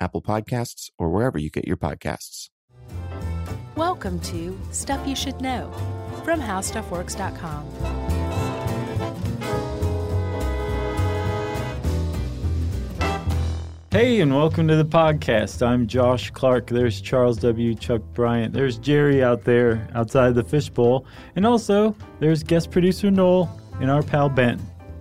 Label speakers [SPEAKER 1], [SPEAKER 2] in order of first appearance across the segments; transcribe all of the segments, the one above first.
[SPEAKER 1] Apple Podcasts, or wherever you get your podcasts.
[SPEAKER 2] Welcome to Stuff You Should Know from HowStuffWorks.com.
[SPEAKER 3] Hey, and welcome to the podcast. I'm Josh Clark. There's Charles W. Chuck Bryant. There's Jerry out there outside the fishbowl. And also, there's guest producer Noel and our pal Ben.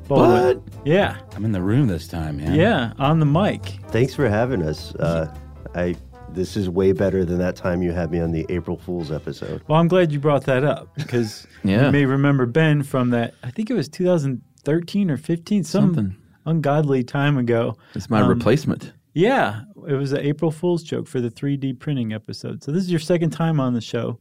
[SPEAKER 3] Bolden. Yeah,
[SPEAKER 4] I'm in the room this time, man.
[SPEAKER 3] yeah, on the mic.
[SPEAKER 5] Thanks for having us. Uh, I this is way better than that time you had me on the April Fools episode.
[SPEAKER 3] Well, I'm glad you brought that up because
[SPEAKER 4] Yeah.
[SPEAKER 3] you may remember Ben from that, I think it was 2013 or 15, some
[SPEAKER 4] Something.
[SPEAKER 3] ungodly time ago.
[SPEAKER 4] It's my replacement.
[SPEAKER 3] Yeah, it was an April Fool's joke for the 3D printing episode. So this is your second time on the show.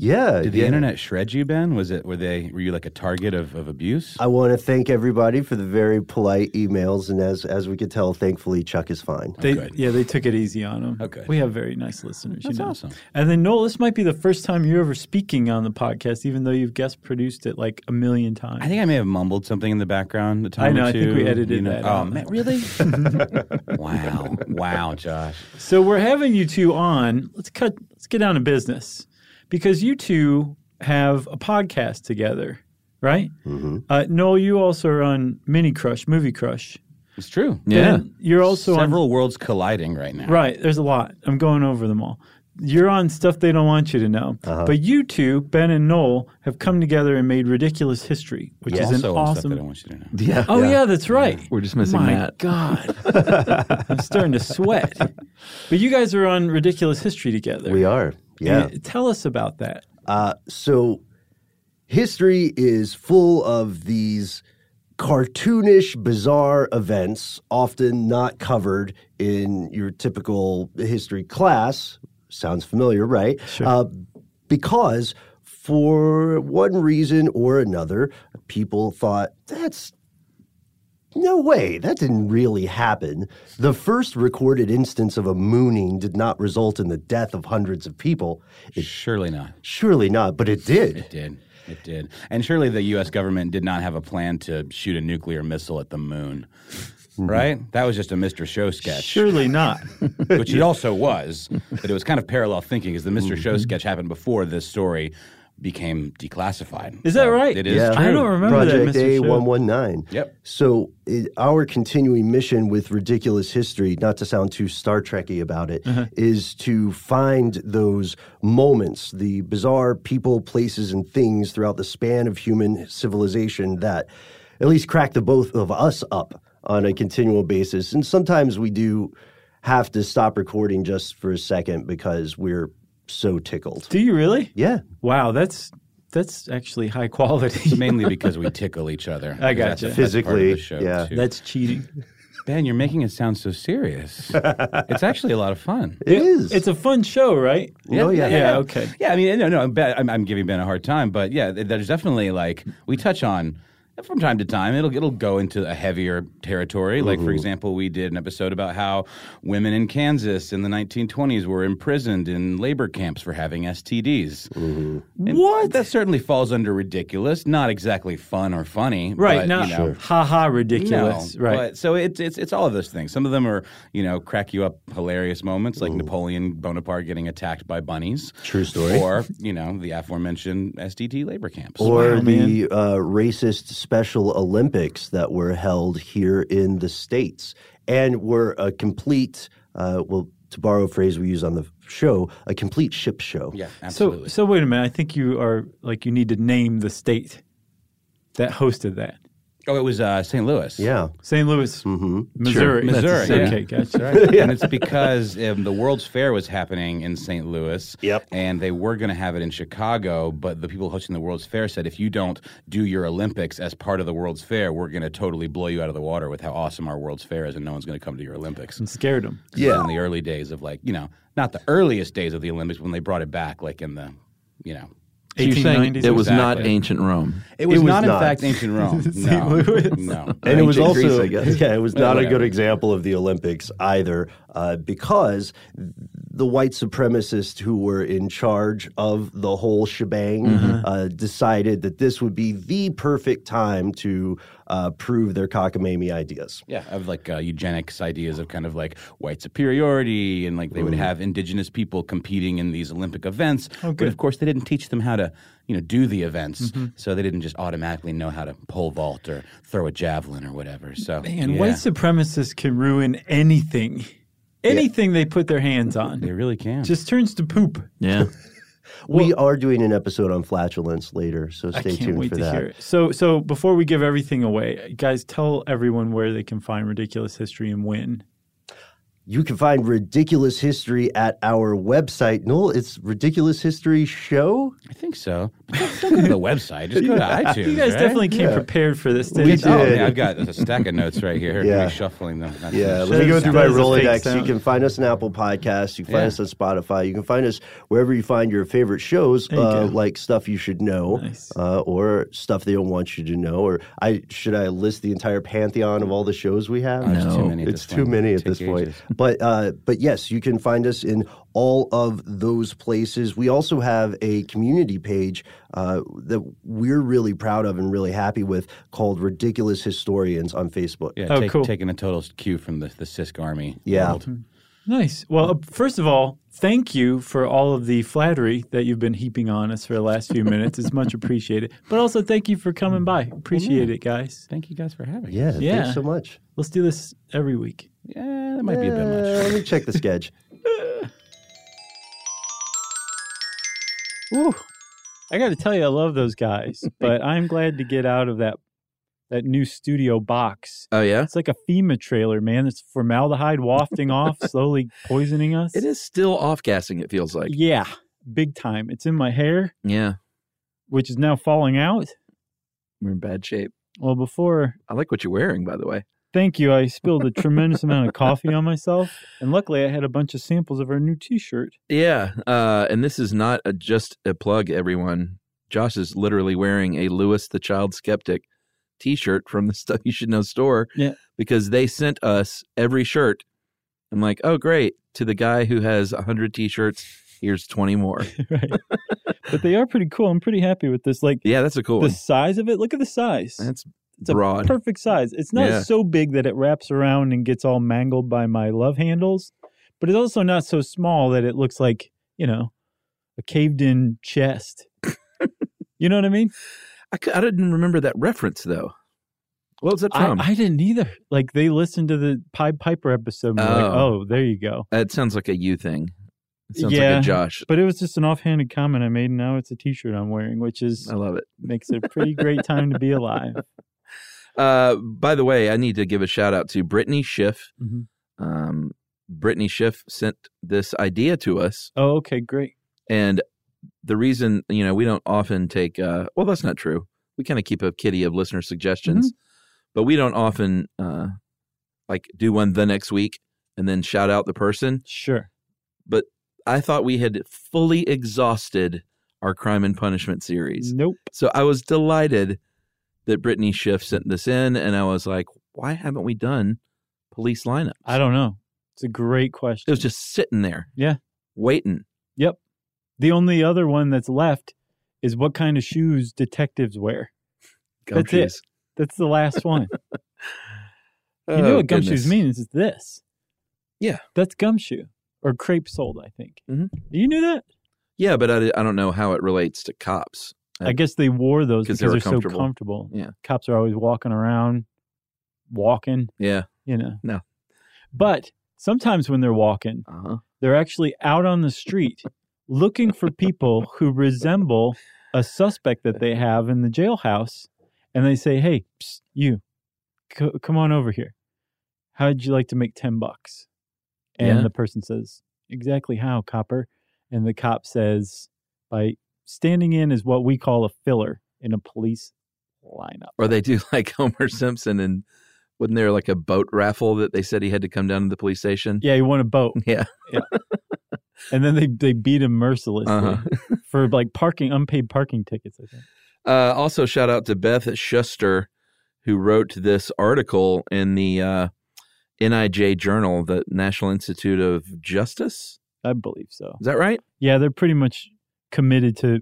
[SPEAKER 5] Yeah,
[SPEAKER 4] Did the
[SPEAKER 5] yeah.
[SPEAKER 4] internet shred you, Ben? Was it were they were you like a target of, of abuse?
[SPEAKER 3] Uh,
[SPEAKER 5] I want to thank everybody for the very polite emails, and as as we could tell, thankfully Chuck is fine.
[SPEAKER 3] They,
[SPEAKER 4] good.
[SPEAKER 3] Yeah, they took it easy on him.
[SPEAKER 4] Okay.
[SPEAKER 3] We have very nice listeners.
[SPEAKER 4] That's
[SPEAKER 3] you know?
[SPEAKER 4] awesome.
[SPEAKER 3] And then, Noel, this might be the first time you're ever speaking on the podcast, even though you've guest produced it like a million times.
[SPEAKER 4] I think I may have mumbled something in the background. The time
[SPEAKER 3] I know,
[SPEAKER 4] Or
[SPEAKER 3] I
[SPEAKER 4] two,
[SPEAKER 3] think we edited that
[SPEAKER 4] Oh
[SPEAKER 3] out.
[SPEAKER 4] man, really? wow, wow, Josh.
[SPEAKER 3] so we're having you two on. Let's cut. Let's get down to business, because you two have a podcast together, right? Mm-hmm. Uh, Noel, you also are on Mini Crush, Movie Crush.
[SPEAKER 4] It's true.
[SPEAKER 3] Ben, you're also on
[SPEAKER 4] several worlds colliding right now.
[SPEAKER 3] Right. There's a lot. I'm going over them all. You're on stuff they don't want you to know.
[SPEAKER 5] Uh-huh.
[SPEAKER 3] But you two, Ben and Noel, have come together and made ridiculous history, which
[SPEAKER 4] Which
[SPEAKER 3] is
[SPEAKER 4] is
[SPEAKER 3] an
[SPEAKER 4] also stuff
[SPEAKER 3] awesome.
[SPEAKER 4] that I want you to know.
[SPEAKER 5] Yeah.
[SPEAKER 3] oh yeah. that's right.
[SPEAKER 6] We're just missing
[SPEAKER 3] My
[SPEAKER 6] that.
[SPEAKER 3] God, I'm starting to sweat. But you guys are on ridiculous history together.
[SPEAKER 5] we are. Yeah.
[SPEAKER 3] Uh, Tell us about that.
[SPEAKER 5] so history is full of these cartoonish bizarre events often not covered in your typical history class sounds familiar right sure. uh, because for one reason or another people thought that's no way, that didn't really happen. The first recorded instance of a mooning did not result in the death of hundreds of people. It,
[SPEAKER 4] Surely not.
[SPEAKER 5] surely not, but it did.
[SPEAKER 4] It did. It did. And surely the U.S. government did not have a plan to shoot a nuclear missile at the moon,
[SPEAKER 3] Mm-hmm.
[SPEAKER 4] right? That was just a Mr. Show sketch.
[SPEAKER 3] Surely not.
[SPEAKER 4] which it also was, but it was kind of parallel thinking because the mister Show
[SPEAKER 3] Mm-hmm.
[SPEAKER 4] sketch happened before this story became declassified.
[SPEAKER 3] Is that
[SPEAKER 4] So
[SPEAKER 3] right?
[SPEAKER 4] It is.
[SPEAKER 5] Yeah.
[SPEAKER 4] true.
[SPEAKER 3] I don't remember
[SPEAKER 5] Project
[SPEAKER 3] that, Mr. Show.
[SPEAKER 5] A119.
[SPEAKER 4] Yep.
[SPEAKER 5] So it, our continuing mission with Ridiculous History, not to sound too Star Trekky about it, is
[SPEAKER 3] Uh-huh.
[SPEAKER 5] to find those moments, the bizarre people, places, and things throughout the span of human civilization that at least crack the both of us up on a continual basis. And sometimes we do have to stop recording just for a second because we're so tickled.
[SPEAKER 3] Do you really?
[SPEAKER 5] Yeah.
[SPEAKER 3] Wow, that's that's actually high quality.
[SPEAKER 4] Mainly because we tickle each other.
[SPEAKER 3] I
[SPEAKER 4] Because
[SPEAKER 3] gotcha.
[SPEAKER 4] that's- that's part of the
[SPEAKER 5] Physically,
[SPEAKER 4] show,
[SPEAKER 5] yeah.
[SPEAKER 4] too.
[SPEAKER 3] that's cheating.
[SPEAKER 4] ben, you're making it sound so serious. it's actually a lot of fun.
[SPEAKER 5] it is.
[SPEAKER 3] It's a fun show, right?
[SPEAKER 5] Oh, yeah.
[SPEAKER 3] Yeah. Okay.
[SPEAKER 4] Yeah, I mean, no, no, I'm, ba- I'm, I'm giving Ben a hard time, but yeah, th- there's definitely like we touch on from time to time. It'll it'll go into a heavier territory. Like
[SPEAKER 3] Mm-hmm.
[SPEAKER 4] for example, we did an episode about how women in Kansas in the 1920s were imprisoned in labor camps for having STDs.
[SPEAKER 3] Mm-hmm.
[SPEAKER 4] What? That certainly falls under ridiculous. Not exactly fun or funny.
[SPEAKER 3] Right.
[SPEAKER 4] but,
[SPEAKER 3] now,
[SPEAKER 4] you know,
[SPEAKER 3] ha ha,
[SPEAKER 4] no,
[SPEAKER 3] ridiculous. right.
[SPEAKER 4] But, so it's it's it's all of those things. Some of them are you know crack you up hilarious moments like Napoleon Bonaparte getting attacked by bunnies.
[SPEAKER 5] True story.
[SPEAKER 4] Or you know the aforementioned SDT labor camps.
[SPEAKER 5] or the uh, racist Special Olympics that were held here in the states and were a complete. Uh, well, to borrow a phrase we use on the show, a complete ship show.
[SPEAKER 4] Yeah,
[SPEAKER 3] So,
[SPEAKER 4] absolutely.
[SPEAKER 3] so wait a minute. I think you are like you need to name the state that hosted that.
[SPEAKER 4] oh, it was uh, St. Louis.
[SPEAKER 5] Yeah.
[SPEAKER 3] St. Louis,
[SPEAKER 4] Mm-hmm.
[SPEAKER 3] Missouri,
[SPEAKER 4] Missouri.
[SPEAKER 3] That's-
[SPEAKER 4] yeah.
[SPEAKER 3] Okay, gotcha.
[SPEAKER 4] That's right. And it's because um, the World's Fair was happening in St. Louis.
[SPEAKER 5] Yep.
[SPEAKER 4] And they were going to have it in Chicago, but the people hosting the World's Fair said, if you don't do your Olympics as part of the World's Fair, we're going to totally blow you out of the water with how awesome our World's Fair is, and no one's going to come to your Olympics.
[SPEAKER 3] And scared them.
[SPEAKER 5] Yeah.
[SPEAKER 4] In the early days of like, you know, not the earliest days of the Olympics when they brought it back, like in the, you know,
[SPEAKER 6] So you're saying
[SPEAKER 3] 1890s,
[SPEAKER 6] it was not
[SPEAKER 4] exactly.
[SPEAKER 6] ancient Rome.
[SPEAKER 4] it was,
[SPEAKER 5] was
[SPEAKER 4] not,
[SPEAKER 5] not.
[SPEAKER 4] in fact ancient Rome. no, no,
[SPEAKER 5] and it was
[SPEAKER 6] Ancient
[SPEAKER 5] also
[SPEAKER 6] Greece, I guess.
[SPEAKER 5] yeah, it was not a
[SPEAKER 4] whatever.
[SPEAKER 5] good example of the Olympics either, uh, because the white supremacists who were in charge of the whole shebang uh, decided that this would be the perfect time to uh, prove their cockamamie ideas.
[SPEAKER 4] Yeah, of like uh, eugenics ideas of kind of like white superiority, and like they
[SPEAKER 5] Mm-hmm.
[SPEAKER 4] would have indigenous people competing in these Olympic events.
[SPEAKER 5] Oh,
[SPEAKER 4] But of course, they didn't teach them how to, you know, do the events,
[SPEAKER 5] Mm-hmm.
[SPEAKER 4] so they didn't just automatically know how to pole vault or throw a javelin or whatever. So
[SPEAKER 3] And
[SPEAKER 4] yeah,
[SPEAKER 3] white supremacists can ruin anything, anything they put their hands on.
[SPEAKER 4] they really can.
[SPEAKER 3] just turns to poop.
[SPEAKER 6] Yeah.
[SPEAKER 5] we are doing an episode on flatulence later, so stay
[SPEAKER 3] I can't
[SPEAKER 5] tuned
[SPEAKER 3] wait
[SPEAKER 5] for
[SPEAKER 3] to
[SPEAKER 5] that.
[SPEAKER 3] hear it. So, so before we give everything away, guys, tell everyone where they can find ridiculous history and when.
[SPEAKER 5] You can find ridiculous history at our website. Noel, it's ridiculous history show.
[SPEAKER 4] I think so. But don't- don't go to the website. Just go to iTunes.
[SPEAKER 3] You guys
[SPEAKER 4] right?
[SPEAKER 3] definitely came prepared for this.
[SPEAKER 5] We
[SPEAKER 3] didn't you?
[SPEAKER 4] Oh,
[SPEAKER 5] did.
[SPEAKER 4] man, I've got a stack of notes right here.
[SPEAKER 5] Yeah.
[SPEAKER 4] Yeah, shuffling them. That's-
[SPEAKER 5] Yeah,
[SPEAKER 4] that's-
[SPEAKER 5] let me go
[SPEAKER 3] Sounds-
[SPEAKER 5] through my
[SPEAKER 3] sounds like fake
[SPEAKER 5] Rolodex. You
[SPEAKER 3] sound.
[SPEAKER 5] can find us on Apple Podcasts. You can find
[SPEAKER 4] Yeah.
[SPEAKER 5] us on Spotify. You can find us wherever you find your favorite shows,
[SPEAKER 3] you
[SPEAKER 5] uh,
[SPEAKER 3] go.
[SPEAKER 5] like Stuff You Should Know,
[SPEAKER 3] Nice.
[SPEAKER 5] uh, or Stuff They Don't Want You to Know. Or I should I list the entire pantheon of all the shows we have?
[SPEAKER 4] There's too many at
[SPEAKER 5] Oh, It's
[SPEAKER 4] this
[SPEAKER 5] too
[SPEAKER 4] point.
[SPEAKER 5] many at
[SPEAKER 4] Take
[SPEAKER 5] this point.
[SPEAKER 4] ages.
[SPEAKER 5] But uh, but yes, you can find us in all of those places. We also have a community page uh, that we're really proud of and really happy with called Ridiculous Historians on Facebook.
[SPEAKER 4] Yeah,
[SPEAKER 3] Oh,
[SPEAKER 4] take-
[SPEAKER 3] cool.
[SPEAKER 4] taking a total cue from the, the CISC Army.
[SPEAKER 5] Yeah.
[SPEAKER 4] world.
[SPEAKER 3] Nice. Well, uh, first of all, thank you for all of the flattery that you've been heaping on us for the last few minutes. It's much appreciated. But also, thank you for coming by. Appreciate it, guys.
[SPEAKER 4] Thank you guys for having me.
[SPEAKER 5] Yeah,
[SPEAKER 3] Yeah.
[SPEAKER 5] thanks so much.
[SPEAKER 3] Let's do this every week.
[SPEAKER 4] Yeah, that might be a bit much.
[SPEAKER 5] Uh, let me check the sketch.
[SPEAKER 3] Ooh, I got to tell you, I love those guys, but I'm glad to get out of that that new studio box.
[SPEAKER 6] Oh yeah.
[SPEAKER 3] It's like a FEMA trailer, man. It's formaldehyde wafting off, slowly poisoning us.
[SPEAKER 6] It is still off gassing. It feels like.
[SPEAKER 3] Yeah, big time. It's in my hair,
[SPEAKER 6] Yeah.
[SPEAKER 3] which is now falling out.
[SPEAKER 6] We're in bad shape.
[SPEAKER 3] Well, before
[SPEAKER 6] I like what you're wearing, by the way.
[SPEAKER 3] Thank you. I spilled a tremendous amount of coffee on myself, and luckily I had a bunch of samples of our new T-shirt.
[SPEAKER 6] Yeah, uh, and this is not a, just a plug, everyone. Josh is literally wearing a Lewis the Child Skeptic T-shirt from the Stuff You Should Know store.
[SPEAKER 3] Yeah.
[SPEAKER 6] because they sent us every shirt. I'm like, oh great! To the guy who has hundred T-shirts, here's twenty more.
[SPEAKER 3] right, but they are pretty cool. I'm pretty happy with this. Like
[SPEAKER 6] yeah, that's a cool
[SPEAKER 3] the
[SPEAKER 6] one.
[SPEAKER 3] size of it. Look at the size.
[SPEAKER 6] That's
[SPEAKER 3] it's
[SPEAKER 6] broad.
[SPEAKER 3] a perfect size. It's not
[SPEAKER 6] Yeah.
[SPEAKER 3] so big that it wraps around and gets all mangled by my love handles, but it's also not so small that it looks like you know a caved-in chest. you know what I mean?
[SPEAKER 6] I, cou- I didn't remember that reference though. What was that
[SPEAKER 3] I,
[SPEAKER 6] from?
[SPEAKER 3] I didn't either. Like they listened to the Pied Piper episode. And were like,
[SPEAKER 6] Oh.
[SPEAKER 3] oh, there you go.
[SPEAKER 6] that sounds like a you thing. It sounds like
[SPEAKER 3] Yeah.
[SPEAKER 6] a Josh.
[SPEAKER 3] But it was just an offhanded comment I made, and now it's a T-shirt I'm wearing, which is
[SPEAKER 6] I love it.
[SPEAKER 3] makes it a pretty great time to be alive.
[SPEAKER 6] Uh, by the way, I need to give a shout out to Brittany Schiff.
[SPEAKER 3] Mhm.
[SPEAKER 6] Um, Brittany Schiff sent this idea to us,
[SPEAKER 3] Oh, okay, great.
[SPEAKER 6] and the reason you know we don't often take uh, well, that's not true. We kind of keep a kitty of listener suggestions,
[SPEAKER 3] Mm-hmm.
[SPEAKER 6] but we don't often uh, like do one the next week and then shout out the person.
[SPEAKER 3] Sure.
[SPEAKER 6] I thought we had fully exhausted our crime and punishment series.
[SPEAKER 3] Nope.
[SPEAKER 6] So I was delighted that Brittany Schiff sent this in, and I was like, why haven't we done police lineup?
[SPEAKER 3] I don't know. It's a great
[SPEAKER 6] It
[SPEAKER 3] question.
[SPEAKER 6] was just sitting there.
[SPEAKER 3] Yeah.
[SPEAKER 6] Waiting.
[SPEAKER 3] Yep. The only other one that's left is what kind of shoes detectives wear. That's it.
[SPEAKER 6] Gumshoes.
[SPEAKER 3] That's the last one. you know
[SPEAKER 6] Oh,
[SPEAKER 3] what
[SPEAKER 6] goodness.
[SPEAKER 3] gumshoes means? It's this.
[SPEAKER 6] Yeah.
[SPEAKER 3] That's gumshoe or crepe sold, I think.
[SPEAKER 6] Mhm.
[SPEAKER 3] You knew that?
[SPEAKER 6] Yeah, but I, I don't know how it relates to cops.
[SPEAKER 3] I guess they wore those because
[SPEAKER 6] 'Cause they
[SPEAKER 3] they
[SPEAKER 6] were
[SPEAKER 3] are so
[SPEAKER 6] comfortable.
[SPEAKER 3] comfortable.
[SPEAKER 6] Yeah.
[SPEAKER 3] Cops are always walking around, walking.
[SPEAKER 6] Yeah.
[SPEAKER 3] you know.
[SPEAKER 6] No.
[SPEAKER 3] But sometimes when they're walking,
[SPEAKER 6] Uh-huh.
[SPEAKER 3] They're actually out on the street looking for people who resemble a suspect that they have in the jailhouse. And they say, hey, psst, you, c- come on over here. How'd you like to make 10 bucks? And
[SPEAKER 6] Yeah.
[SPEAKER 3] the person says, exactly how, copper? And the cop says, by standing in is what we call a filler in a police lineup.
[SPEAKER 6] Or they do like Homer Simpson and wasn't there like a boat raffle that they said he had to come down to the police station?
[SPEAKER 3] Yeah, he won a boat.
[SPEAKER 6] Yeah.
[SPEAKER 3] And then they, they beat him mercilessly
[SPEAKER 6] Uh-huh.
[SPEAKER 3] for like parking, unpaid parking tickets, I think.
[SPEAKER 6] Uh, also, shout out to Beth Schuster, who wrote this article in the uh, NIJ Journal, the National Institute of Justice.
[SPEAKER 3] I believe so.
[SPEAKER 6] Is that right?
[SPEAKER 3] Yeah, they're pretty much committed to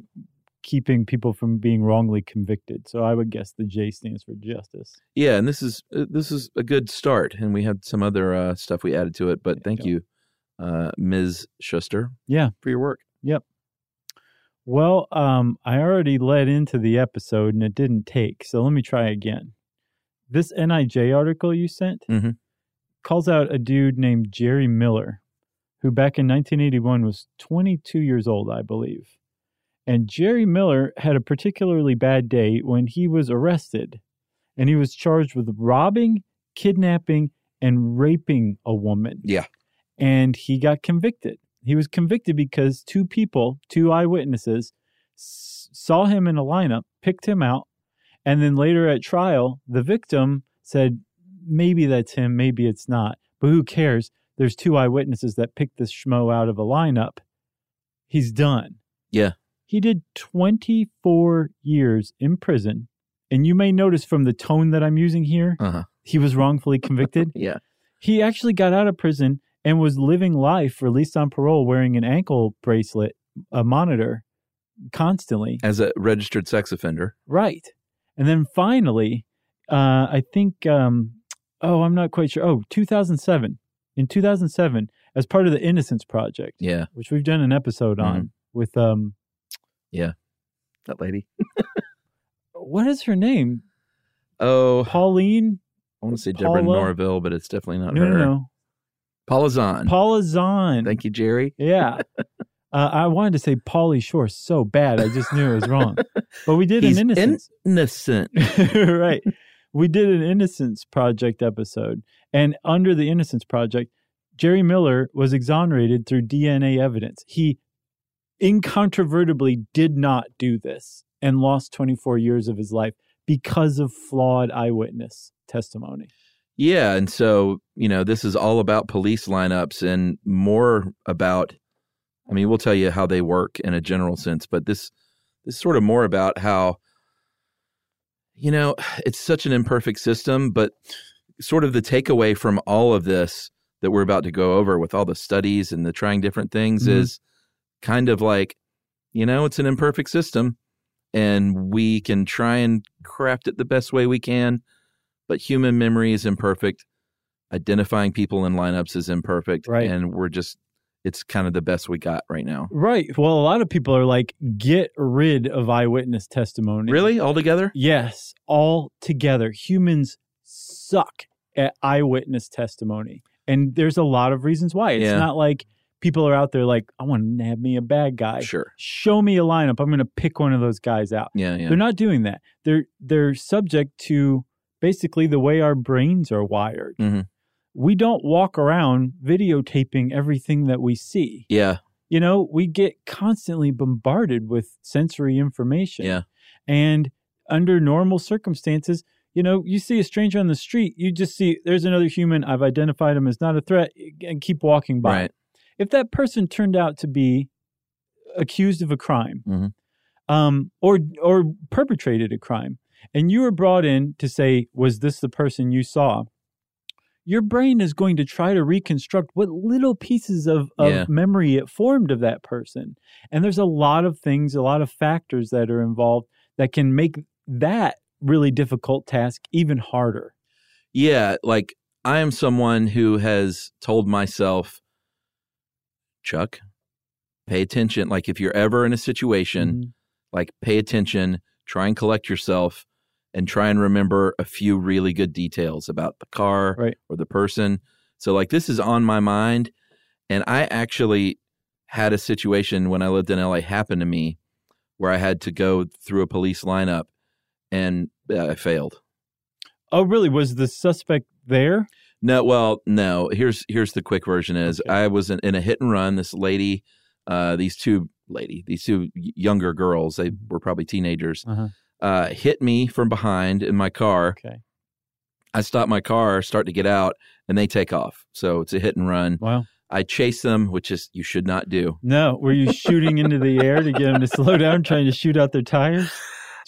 [SPEAKER 3] keeping people from being wrongly convicted. So I would guess the J stands for justice.
[SPEAKER 6] Yeah, and this is uh, this is a good start, and we had some other uh, stuff we added to it, but thank you, uh, Ms. Schuster,
[SPEAKER 3] Yeah.
[SPEAKER 6] for your work.
[SPEAKER 3] Well, um, I already led into the episode and it didn't take. So let me try again. This NIJ article you sent
[SPEAKER 6] Mhm.
[SPEAKER 3] calls out a dude named Jerry Miller, who back in 1981 was 22 years old, I believe. And Jerry Miller had a particularly bad day when he was arrested and he was charged with robbing, kidnapping, and raping a woman
[SPEAKER 6] Yeah,
[SPEAKER 3] and he got convicted. He was convicted because two people, two eyewitnesses, s- saw him in a lineup, picked him out, and then later at trial, the victim said, maybe that's him, maybe it's not, but who cares? There's two eyewitnesses that picked this schmo out of a lineup. He's done.
[SPEAKER 6] Yeah.
[SPEAKER 3] He did 24 years in prison. And you may notice from the tone that I'm using here,
[SPEAKER 6] Uh-huh.
[SPEAKER 3] he was wrongfully convicted.
[SPEAKER 6] yeah,
[SPEAKER 3] He actually got out of prison and was living life released on parole wearing an ankle bracelet, a monitor constantly.
[SPEAKER 6] as a registered sex offender.
[SPEAKER 3] Right. And then finally, uh, I think, um, oh, I'm not quite sure. Oh, 2007. In 2007, as part of the Innocence Project,
[SPEAKER 6] Yeah, Mm-hmm.
[SPEAKER 3] which we've done an episode on with, um,
[SPEAKER 6] that lady.
[SPEAKER 3] what is her name?
[SPEAKER 6] Oh, I
[SPEAKER 3] Pauline?
[SPEAKER 6] want to say Deborah
[SPEAKER 3] Paula?
[SPEAKER 6] Norville, but it's definitely not
[SPEAKER 3] No,
[SPEAKER 6] her.
[SPEAKER 3] no, no.
[SPEAKER 6] Paula Zahn.
[SPEAKER 3] Paula Zahn.
[SPEAKER 6] Thank you, Jerry.
[SPEAKER 3] Yeah. Uh, I wanted to say Pauly Shore so bad, I just knew it was wrong. But we did
[SPEAKER 6] He's
[SPEAKER 3] an innocence,
[SPEAKER 6] Innocent.
[SPEAKER 3] right? We did an innocence project episode, and under the innocence project, Jerry Miller was exonerated through DNA evidence. He incontrovertibly did not do this and lost 24 years of his life because of flawed eyewitness testimony.
[SPEAKER 6] Yeah, and so you know this is all about police lineups and more about. I mean, we'll tell you how they work in a general sense, but this this is sort of more about how you know it's such an imperfect system, but sort of the takeaway from all of this that we're about to go over with all the studies and the trying different things
[SPEAKER 3] Mhm.
[SPEAKER 6] is kind of like you know it's an imperfect system and we can try and craft it the best way we can but human memory is imperfect. Identifying people in lineups is imperfect,
[SPEAKER 3] Right.
[SPEAKER 6] and we're just it's kind of the best we got right now.
[SPEAKER 3] Right. Well, a lot of people are like, get rid of eyewitness testimony.
[SPEAKER 6] Really, all together?
[SPEAKER 3] Yes, all together. Humans suck at eyewitness testimony. And there's a lot of reasons why. It's
[SPEAKER 6] Yeah.
[SPEAKER 3] not like people are out there like, I want to nab me a bad guy.
[SPEAKER 6] Sure.
[SPEAKER 3] Show me a lineup. I'm going to pick one of those guys out.
[SPEAKER 6] Yeah, yeah.
[SPEAKER 3] They're not doing that. They're they're subject to basically the way our brains are wired.
[SPEAKER 6] Mhm.
[SPEAKER 3] We don't walk around videotaping everything that we see
[SPEAKER 6] yeah,
[SPEAKER 3] you know we get constantly bombarded with sensory information
[SPEAKER 6] Yeah.
[SPEAKER 3] and under normal circumstances you know you see a stranger on the street you just see there's another human i've identified him as not a threat and keep walking by
[SPEAKER 6] right.
[SPEAKER 3] if that person turned out to be accused of a crime
[SPEAKER 6] Mhm.
[SPEAKER 3] um, or or perpetrated a crime and you were brought in to say was this the person you saw your brain is going to try to reconstruct what little pieces of, of
[SPEAKER 6] Yeah.
[SPEAKER 3] memory it formed of that person and there's a lot of things a lot of factors that are involved that can make that really difficult task even harder
[SPEAKER 6] Yeah, like I am someone who has told myself, Chuck, pay attention. Like if you're ever in a situation
[SPEAKER 3] Mhm.
[SPEAKER 6] like pay attention, try and collect yourself, and try and remember a few really good details about the car
[SPEAKER 3] Right.
[SPEAKER 6] or the person. So like this is on my mind, And I actually had a situation when I lived in LA happen to me where I had to go through a police lineup and uh, I failed.
[SPEAKER 3] Oh, really? Was the suspect there?
[SPEAKER 6] No, well, no. Here's here's the quick version is
[SPEAKER 3] Okay.
[SPEAKER 6] I was in, in a hit and run. This lady, uh, these two lady, these two y- younger girls, they were probably teenagers,
[SPEAKER 3] Mm-hmm. Uh-huh.
[SPEAKER 6] uh, hit me from behind in my car.
[SPEAKER 3] Okay.
[SPEAKER 6] I stop my car, start to get out, and they take off. So it's a hit and run.
[SPEAKER 3] Wow.
[SPEAKER 6] I chase them, which is you should not do.
[SPEAKER 3] No. Were you shooting into the air to get them to slow down, trying to shoot out their tires?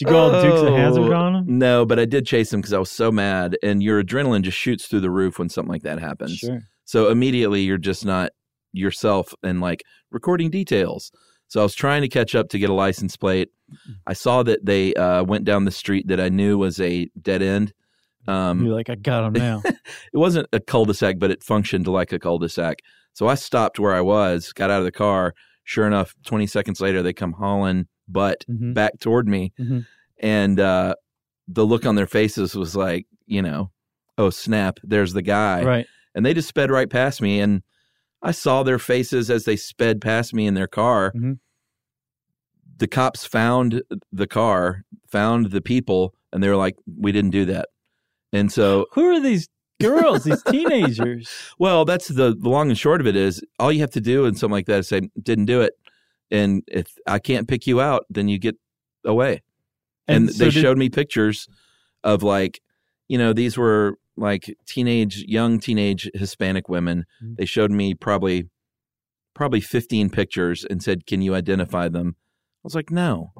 [SPEAKER 3] Did you go all Dukes of Hazard
[SPEAKER 6] Oh.
[SPEAKER 3] on them?
[SPEAKER 6] No, but I did chase them because I was so mad, and your adrenaline just shoots through the roof when something like that happens.
[SPEAKER 3] Sure.
[SPEAKER 6] So immediately you're just not yourself and like recording details. So I was trying to catch up to get a license plate. I saw that they uh, went down the street that I knew was a dead end. Um,
[SPEAKER 3] You're like, I got them now.
[SPEAKER 6] it wasn't a cul-de-sac, but it functioned like a cul-de-sac. So I stopped where I was, got out of the car. Sure enough, 20 seconds later, they come hauling butt
[SPEAKER 3] Mhm.
[SPEAKER 6] back toward me.
[SPEAKER 3] Mhm.
[SPEAKER 6] And uh, the look on their faces was like, you know, oh, snap, there's the guy
[SPEAKER 3] Right.
[SPEAKER 6] and they just sped right past me and i saw their faces as they sped past me in their car
[SPEAKER 3] Mhm.
[SPEAKER 6] the cops found the car found the people and they were like we didn't do that and so
[SPEAKER 3] Who are these girls? These teenagers?
[SPEAKER 6] well that's the, the long and short of it is all you have to do in something like that is say didn't do it and if i can't pick you out then you get away and,
[SPEAKER 3] so
[SPEAKER 6] they
[SPEAKER 3] did-
[SPEAKER 6] showed me pictures of like you know these were like teenage young teenage hispanic women
[SPEAKER 3] Mhm.
[SPEAKER 6] they showed me probably probably 15 pictures and said can you identify them i was like no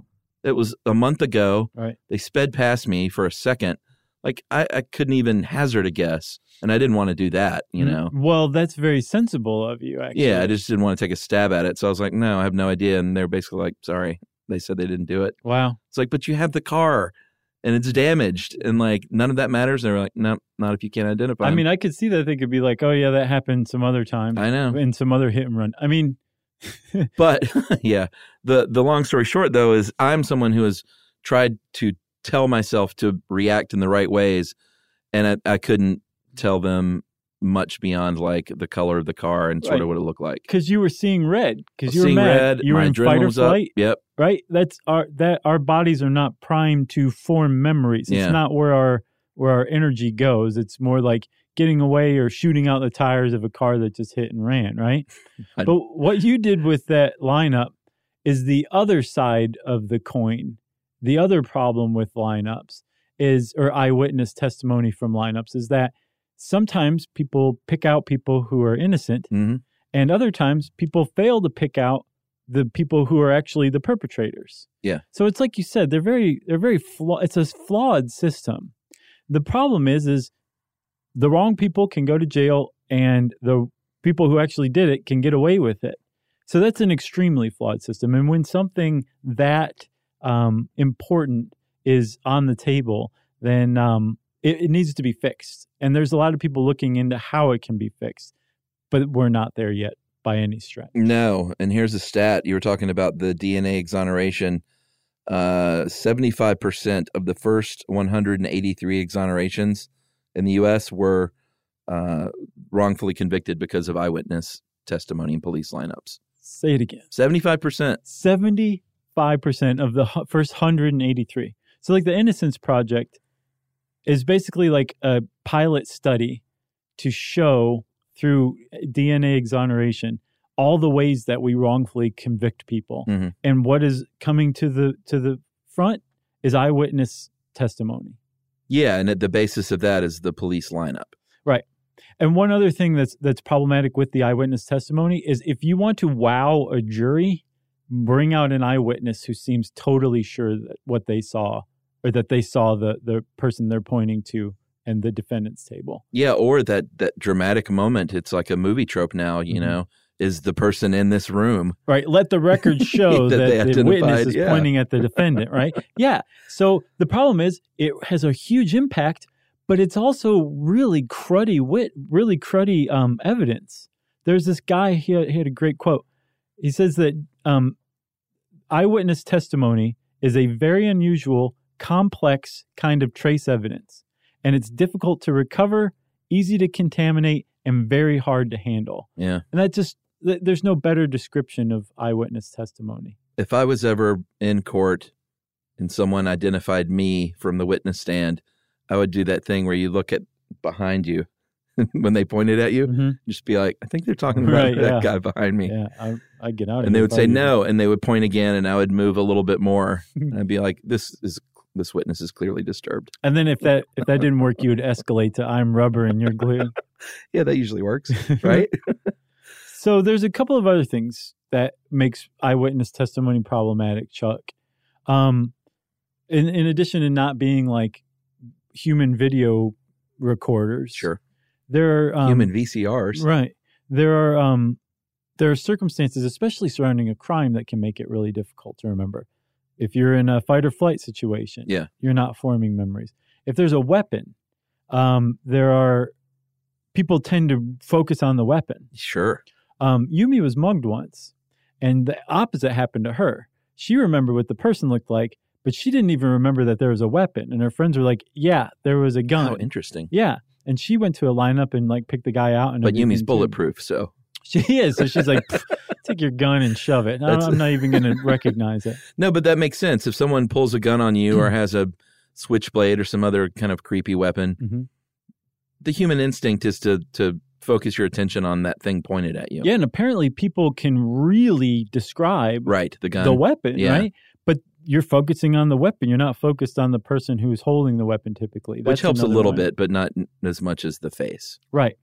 [SPEAKER 6] it was a month ago
[SPEAKER 3] Right.
[SPEAKER 6] they sped past me for a second like i, I couldn't even hazard a guess and i didn't want to do that you
[SPEAKER 3] Mm,
[SPEAKER 6] know
[SPEAKER 3] Well, that's very sensible of you, actually.
[SPEAKER 6] yeah i just didn't want to take a stab at it so i was like no i have no idea and they're basically like sorry they said they didn't do it
[SPEAKER 3] Wow.
[SPEAKER 6] it's like, but you have the car and it's damaged and like none of that matters. And they're like, no, not if you can't identify.
[SPEAKER 3] I
[SPEAKER 6] him."
[SPEAKER 3] mean, I could see that they could be like, oh, yeah, that happened some other time
[SPEAKER 6] I know.
[SPEAKER 3] in some other hit and run. I mean,
[SPEAKER 6] But yeah, the, the long story short though is I'm someone who has tried to tell myself to react in the right ways. And I, I couldn't tell them much beyond like the color of the car and sort
[SPEAKER 3] Right.
[SPEAKER 6] of what it looked like.
[SPEAKER 3] because you were seeing red, because you were
[SPEAKER 6] Seeing
[SPEAKER 3] mad.
[SPEAKER 6] red,
[SPEAKER 3] you were
[SPEAKER 6] my
[SPEAKER 3] in
[SPEAKER 6] adrenaline
[SPEAKER 3] fight or
[SPEAKER 6] was up.
[SPEAKER 3] flight,
[SPEAKER 6] Yep.
[SPEAKER 3] right? That's our that our bodies are not primed to form memories.
[SPEAKER 6] Yeah.
[SPEAKER 3] It's not where our where our energy goes. It's more like getting away or shooting out the tires of a car that just hit and ran, right?
[SPEAKER 6] I-
[SPEAKER 3] but what you did with that lineup is the other side of the coin. The other problem with lineups is, or eyewitness testimony from lineups, is that sometimes people pick out people who are innocent,
[SPEAKER 6] hmm
[SPEAKER 3] and other times people fail to pick out the people who are actually the perpetrators.
[SPEAKER 6] Yeah.
[SPEAKER 3] So it's like you said, they're very, they're very flawed. It's a flawed system. The problem is, is the wrong people can go to jail, and the people who actually did it can get away with it. So that's an extremely flawed system. And when something that um, important is on the table, then um, it, it needs to be fixed. And there's a lot of people looking into how it can be fixed, but we're not there yet by any stretch.
[SPEAKER 6] Mm. No, and here's a stat. You were talking about the DNA exoneration. Uh, Seventy-five percent of the first 183 exonerations in the U.S. were uh, wrongfully convicted because of eyewitness testimony and police lineups.
[SPEAKER 3] Say it again.
[SPEAKER 6] Seventy-five percent.
[SPEAKER 3] 75% of the hu- first 183. So, like the Innocence Project is basically like a pilot study to show through eh, DNA exoneration all the ways that we wrongfully convict people.
[SPEAKER 6] Mhm.
[SPEAKER 3] And what is coming to the to the front is eyewitness testimony.
[SPEAKER 6] Yeah, and at the basis of that is the police lineup.
[SPEAKER 3] And one other thing that's that's problematic with the eyewitness testimony is if you want to wow a jury, bring out an eyewitness who seems totally sure that what they saw or that they saw the the person they're pointing to and the defendant's table.
[SPEAKER 6] Yeah, or that that dramatic moment. It's like a movie trope now. You
[SPEAKER 3] Mhm.
[SPEAKER 6] know, is the person in this room?
[SPEAKER 3] Right. Let the record show
[SPEAKER 6] That
[SPEAKER 3] that,
[SPEAKER 6] they
[SPEAKER 3] the witness
[SPEAKER 6] identified,
[SPEAKER 3] is
[SPEAKER 6] yeah.
[SPEAKER 3] pointing at the defendant, right? yeah. So the problem is it has a huge impact, but it's also really cruddy wit, really cruddy um, evidence. There's this guy, he had, he had a great quote. He says that um, eyewitness testimony is a very unusual, complex kind of trace evidence, and it's difficult to recover, easy to contaminate, and very hard to handle.
[SPEAKER 6] Yeah.
[SPEAKER 3] And that just th- there's no better description of eyewitness testimony.
[SPEAKER 6] If I was ever in court and someone identified me from the witness stand, I would do that thing where you look at behind you when they pointed at you,
[SPEAKER 3] Mhm.
[SPEAKER 6] just be like, I think they're talking about
[SPEAKER 3] Right,
[SPEAKER 6] that
[SPEAKER 3] yeah.
[SPEAKER 6] guy behind me.
[SPEAKER 3] Yeah, I, I get out. of
[SPEAKER 6] And they
[SPEAKER 3] here
[SPEAKER 6] would
[SPEAKER 3] if I
[SPEAKER 6] say
[SPEAKER 3] were you.
[SPEAKER 6] no, and they would point again, and I would move a little bit more. and I'd be like, "This is this witness is clearly disturbed."
[SPEAKER 3] And then if that if that didn't work, you would escalate to I'm rubber and you're glue.
[SPEAKER 6] Yeah, that usually works, right?
[SPEAKER 3] So there's a couple of other things that makes eyewitness testimony problematic, Chuck. Um, in in addition to not being like human video recorders,
[SPEAKER 6] sure.
[SPEAKER 3] there are um,
[SPEAKER 6] Human VCRs.
[SPEAKER 3] Right. There are um there are circumstances, especially surrounding a crime, that can make it really difficult to remember. If you're in a fight or flight situation,
[SPEAKER 6] Yeah.
[SPEAKER 3] you're not forming memories. If there's a weapon, um, there are people tend to focus on the weapon.
[SPEAKER 6] Sure.
[SPEAKER 3] Um, Yumi was mugged once, and the opposite happened to her. She remembered what the person looked like, but she didn't even remember that there was a weapon. And her friends were like, "Yeah, there was a gun."
[SPEAKER 6] How interesting.
[SPEAKER 3] yeah, and she went to a lineup and like picked the guy out. And
[SPEAKER 6] But Yumi's
[SPEAKER 3] everything, too.
[SPEAKER 6] bulletproof, so
[SPEAKER 3] She is. So she's like, "Pff, take your gun and shove it. I'm,
[SPEAKER 6] That's-
[SPEAKER 3] I'm not even going to recognize it.
[SPEAKER 6] no. But that makes sense. If someone pulls a gun on you
[SPEAKER 3] Hmm.
[SPEAKER 6] or has a switchblade or some other kind of creepy weapon,
[SPEAKER 3] Mhm.
[SPEAKER 6] the human instinct is to to focus your attention on that thing pointed at you.
[SPEAKER 3] Yeah, and apparently people can really describe
[SPEAKER 6] Right. The gun.
[SPEAKER 3] the weapon,
[SPEAKER 6] Yeah.
[SPEAKER 3] right? But you're focusing on the weapon. You're not focused on the person who's holding the weapon typically.
[SPEAKER 6] which
[SPEAKER 3] That's
[SPEAKER 6] helps a
[SPEAKER 3] another
[SPEAKER 6] little
[SPEAKER 3] one.
[SPEAKER 6] bit, but not n- as much as the face.
[SPEAKER 3] Right.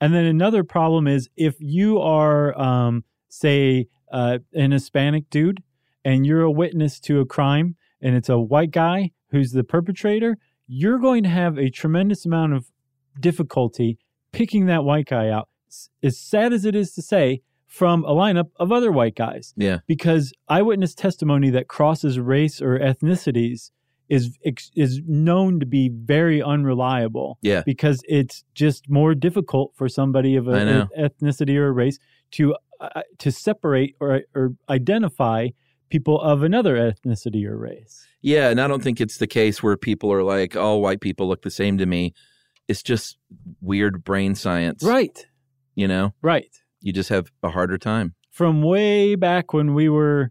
[SPEAKER 3] And then another problem is if you are, um, say, uh, an Hispanic dude and you're a witness to a crime and it's a white guy who's the perpetrator, you're going to have a tremendous amount of difficulty picking that white guy out. S- As sad as it is to say, from a lineup of other white guys,
[SPEAKER 6] Yeah.
[SPEAKER 3] because eyewitness testimony that crosses race or ethnicities is ex- is known to be very unreliable
[SPEAKER 6] Yeah.
[SPEAKER 3] because it's just more difficult for somebody of a,
[SPEAKER 6] I know.
[SPEAKER 3] a ethnicity or a race to uh, to separate or or identify people of another ethnicity or race.
[SPEAKER 6] Yeah, and I don't think it's the case where people are like, all white people look the same to me. It's just weird brain science.
[SPEAKER 3] Right.
[SPEAKER 6] You know,
[SPEAKER 3] Right.
[SPEAKER 6] you just have a harder time.
[SPEAKER 3] From way back when we were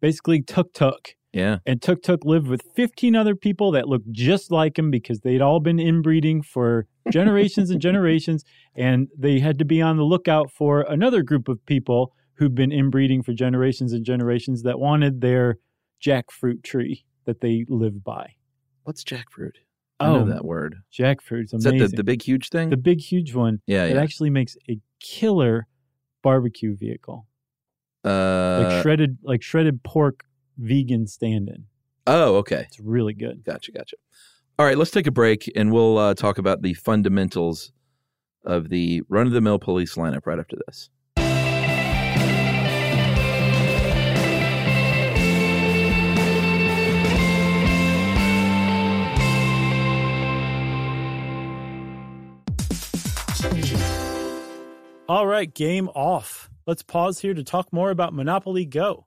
[SPEAKER 3] basically tuk tuk
[SPEAKER 6] Yeah.
[SPEAKER 3] and Tuk Tuk lived with 15 other people that looked just like him because they'd all been inbreeding for generations and generations. And they had to be on the lookout for another group of people who'd been inbreeding for generations and generations that wanted their jackfruit tree that they lived by. Oh,
[SPEAKER 6] What's jackfruit? I know that word.
[SPEAKER 3] jackfruit's
[SPEAKER 6] Is
[SPEAKER 3] amazing.
[SPEAKER 6] that the, the big, huge thing?
[SPEAKER 3] The big, huge one
[SPEAKER 6] yeah.
[SPEAKER 3] that
[SPEAKER 6] yeah.
[SPEAKER 3] actually makes a killer barbecue vehicle,
[SPEAKER 6] uh,
[SPEAKER 3] like shredded, like shredded pork vegan stand-in.
[SPEAKER 6] oh, okay.
[SPEAKER 3] It's really good.
[SPEAKER 6] Gotcha. Gotcha. All right, let's take a break and we'll uh, talk about the fundamentals of the run of the mill police lineup right after this.
[SPEAKER 3] All right, game off. Let's pause here to talk more about Monopoly Go.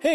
[SPEAKER 3] Hey,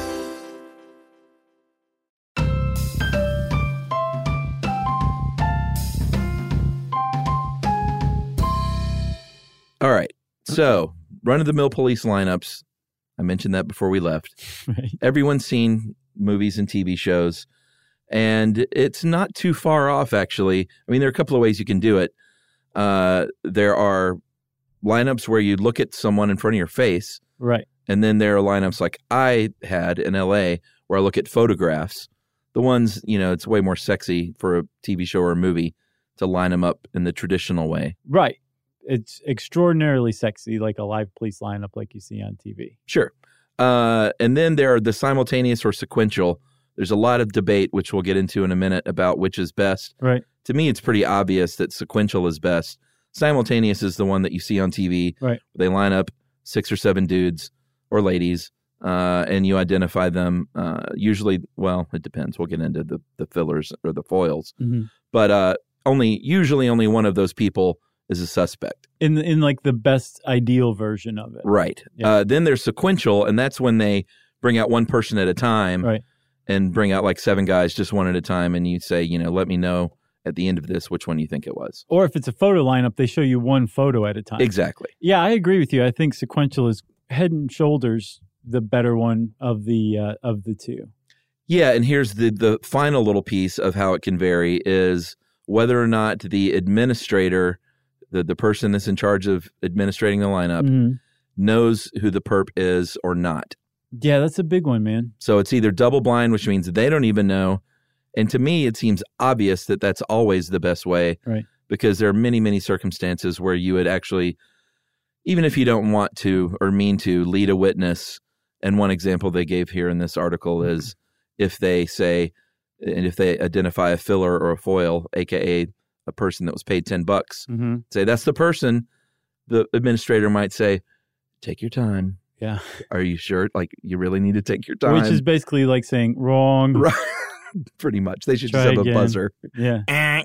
[SPEAKER 6] All right. So, run of the mill police lineups. I mentioned that before we left.
[SPEAKER 3] Right.
[SPEAKER 6] Everyone's seen movies and TV shows, and it's not too far off, actually. I mean, there are a couple of ways you can do it. Uh, there are lineups where you look at someone in front of your face,
[SPEAKER 3] Right.
[SPEAKER 6] and then there are lineups like I had in LA where I look at photographs. The ones, you know, it's way more sexy for a TV show or a movie to line them up in the traditional way.
[SPEAKER 3] Right. It's extraordinarily sexy, like a live police lineup like you see on TV.
[SPEAKER 6] Sure. Uh, and then there are the simultaneous or sequential. There's a lot of debate, which we'll get into in a minute, about which is best.
[SPEAKER 3] Right.
[SPEAKER 6] To me, it's pretty obvious that sequential is best. Simultaneous is the one that you see on TV.
[SPEAKER 3] Right.
[SPEAKER 6] They line up six or seven dudes or ladies, uh, and you identify them. Uh, usually, well, it depends. We'll get into the, the fillers or the foils,
[SPEAKER 3] Mhm.
[SPEAKER 6] but uh, only usually only one of those people is a suspect.
[SPEAKER 3] In in like the best ideal version of it.
[SPEAKER 6] Right.
[SPEAKER 3] Yeah.
[SPEAKER 6] Uh, then there's sequential, and that's when they bring out one person at a time
[SPEAKER 3] Right.
[SPEAKER 6] and bring out like seven guys just one at a time. And you say, you know, let me know at the end of this which one you think it was.
[SPEAKER 3] Or if it's a photo lineup, they show you one photo at a time.
[SPEAKER 6] Exactly.
[SPEAKER 3] Yeah, I agree with you. I think sequential is head and shoulders the better one of the uh, of the two.
[SPEAKER 6] Yeah. And here's the, the final little piece of how it can vary is whether or not the administrator, the, the person that's in charge of administrating the lineup,
[SPEAKER 3] Mhm.
[SPEAKER 6] knows who the perp is or not.
[SPEAKER 3] Yeah, that's a big one, man.
[SPEAKER 6] So it's either double blind, which means they don't even know. And to me, it seems obvious that that's always the best way.
[SPEAKER 3] Right.
[SPEAKER 6] Because there are many, many circumstances where you would actually, even if you don't want to or mean to, lead a witness. And one example they gave here in this article
[SPEAKER 3] Mm-hmm.
[SPEAKER 6] is if they say, and if they identify a filler or a foil, AKA a person that was paid 10 bucks,
[SPEAKER 3] Mm-hmm.
[SPEAKER 6] say, that's the person, the administrator might say, take your time.
[SPEAKER 3] Yeah,
[SPEAKER 6] Are you sure? Like, you really need to take your time.
[SPEAKER 3] which is basically like saying wrong.
[SPEAKER 6] Right. Pretty much. They should
[SPEAKER 3] Hmm. Try
[SPEAKER 6] just have
[SPEAKER 3] again.
[SPEAKER 6] a buzzer.
[SPEAKER 3] Yeah.
[SPEAKER 6] Eh.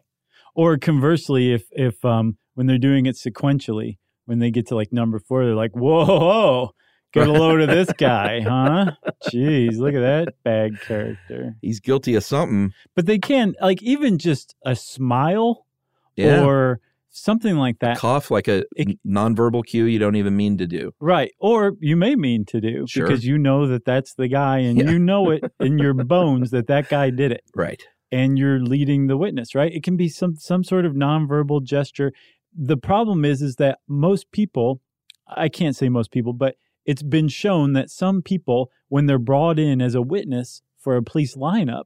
[SPEAKER 3] or conversely, if if um when they're doing it sequentially, when they get to like number four, they're like, whoa. Get a load of this guy, huh? Jeez, look at that bad character.
[SPEAKER 6] He's guilty of something.
[SPEAKER 3] But they can, like, even just a smile
[SPEAKER 6] Yeah.
[SPEAKER 3] or something like that.
[SPEAKER 6] Cough like a
[SPEAKER 3] It-
[SPEAKER 6] nonverbal cue you don't even mean to do.
[SPEAKER 3] Right. Or you may mean to do
[SPEAKER 6] Sure.
[SPEAKER 3] because you know that that's the guy and
[SPEAKER 6] Yeah.
[SPEAKER 3] you know it in your bones that that guy did it
[SPEAKER 6] Right.
[SPEAKER 3] and you're leading the witness, right? It can be some some sort of nonverbal gesture. The problem is is that most people, I can't say most people, but it's been shown that some people when they're brought in as a witness for a police lineup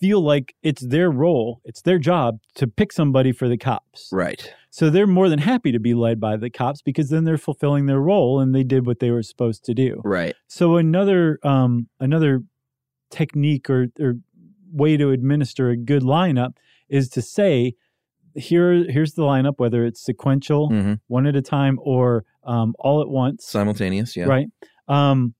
[SPEAKER 3] feel like it's their role, it's their job to pick somebody for the cops.
[SPEAKER 6] Right.
[SPEAKER 3] So they're more than happy to be led by the cops because then they're fulfilling their role and they did what they were supposed to do.
[SPEAKER 6] Right.
[SPEAKER 3] So another um, another technique or, or way to administer a good lineup is to say here here's the lineup whether it's sequential
[SPEAKER 6] hmm
[SPEAKER 3] one at a time or um, all at once
[SPEAKER 6] Simultaneous. Yeah.
[SPEAKER 3] right um,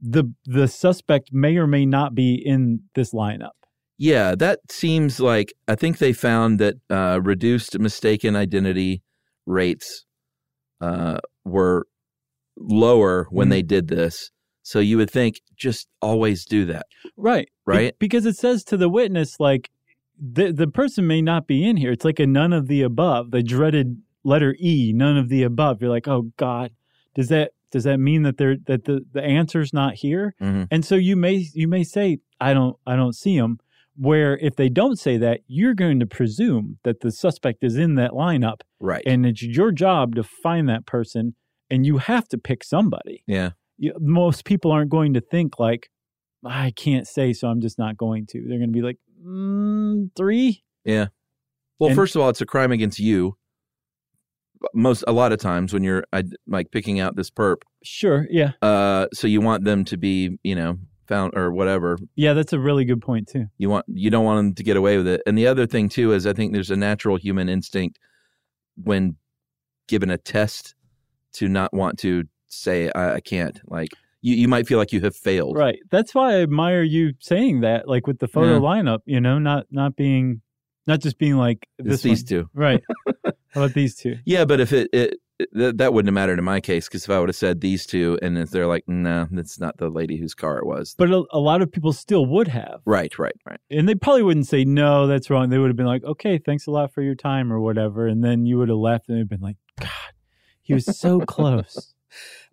[SPEAKER 3] the the suspect may or may not be in this lineup
[SPEAKER 6] Yeah. That seems like I think they found that uh, reduced mistaken identity rates uh, were lower when
[SPEAKER 3] Mhm.
[SPEAKER 6] they did this. So you would think just always do that.
[SPEAKER 3] right Be-
[SPEAKER 6] Right.
[SPEAKER 3] because it says to the witness like the the person may not be in here it's like a none of the above the dreaded letter e none of the above you're like oh god does that does that mean that they're that the the answer's not here
[SPEAKER 6] Mhm.
[SPEAKER 3] and so you may you may say i don't i don't see him where if they don't say that you're going to presume that the suspect is in that lineup
[SPEAKER 6] Right.
[SPEAKER 3] and it's your job to find that person and you have to pick somebody
[SPEAKER 6] yeah.
[SPEAKER 3] you, most people aren't going to think like I can't say, so I'm just not going to. They're going to be like mm, three.
[SPEAKER 6] Yeah. Well,
[SPEAKER 3] And-
[SPEAKER 6] first of all, it's a crime against you. Most a lot of times when you're I, like picking out this perp,
[SPEAKER 3] Sure. Yeah.
[SPEAKER 6] uh, so you want them to be you know found or whatever.
[SPEAKER 3] Yeah. That's a really good point too.
[SPEAKER 6] You want you don't want them to get away with it. And the other thing too is I think there's a natural human instinct when given a test to not want to say I, I can't. Like you, you might feel like you have failed.
[SPEAKER 3] Right. That's why I admire you saying that, like with the photo
[SPEAKER 6] Yeah.
[SPEAKER 3] lineup. You know, not not being, not just being like
[SPEAKER 6] It's
[SPEAKER 3] this.
[SPEAKER 6] these
[SPEAKER 3] one.
[SPEAKER 6] two.
[SPEAKER 3] Right. How about these two?
[SPEAKER 6] Yeah, but if it, it, it that, that wouldn't have mattered in my case because if I would have said these two and if they're like, no, that's not the lady whose car it was.
[SPEAKER 3] But a, a lot of people still would have,
[SPEAKER 6] right, right, right.
[SPEAKER 3] and they probably wouldn't say no, that's wrong. They would have been like, okay, thanks a lot for your time or whatever, and then you would have left, and they'd been like, God, he was so close.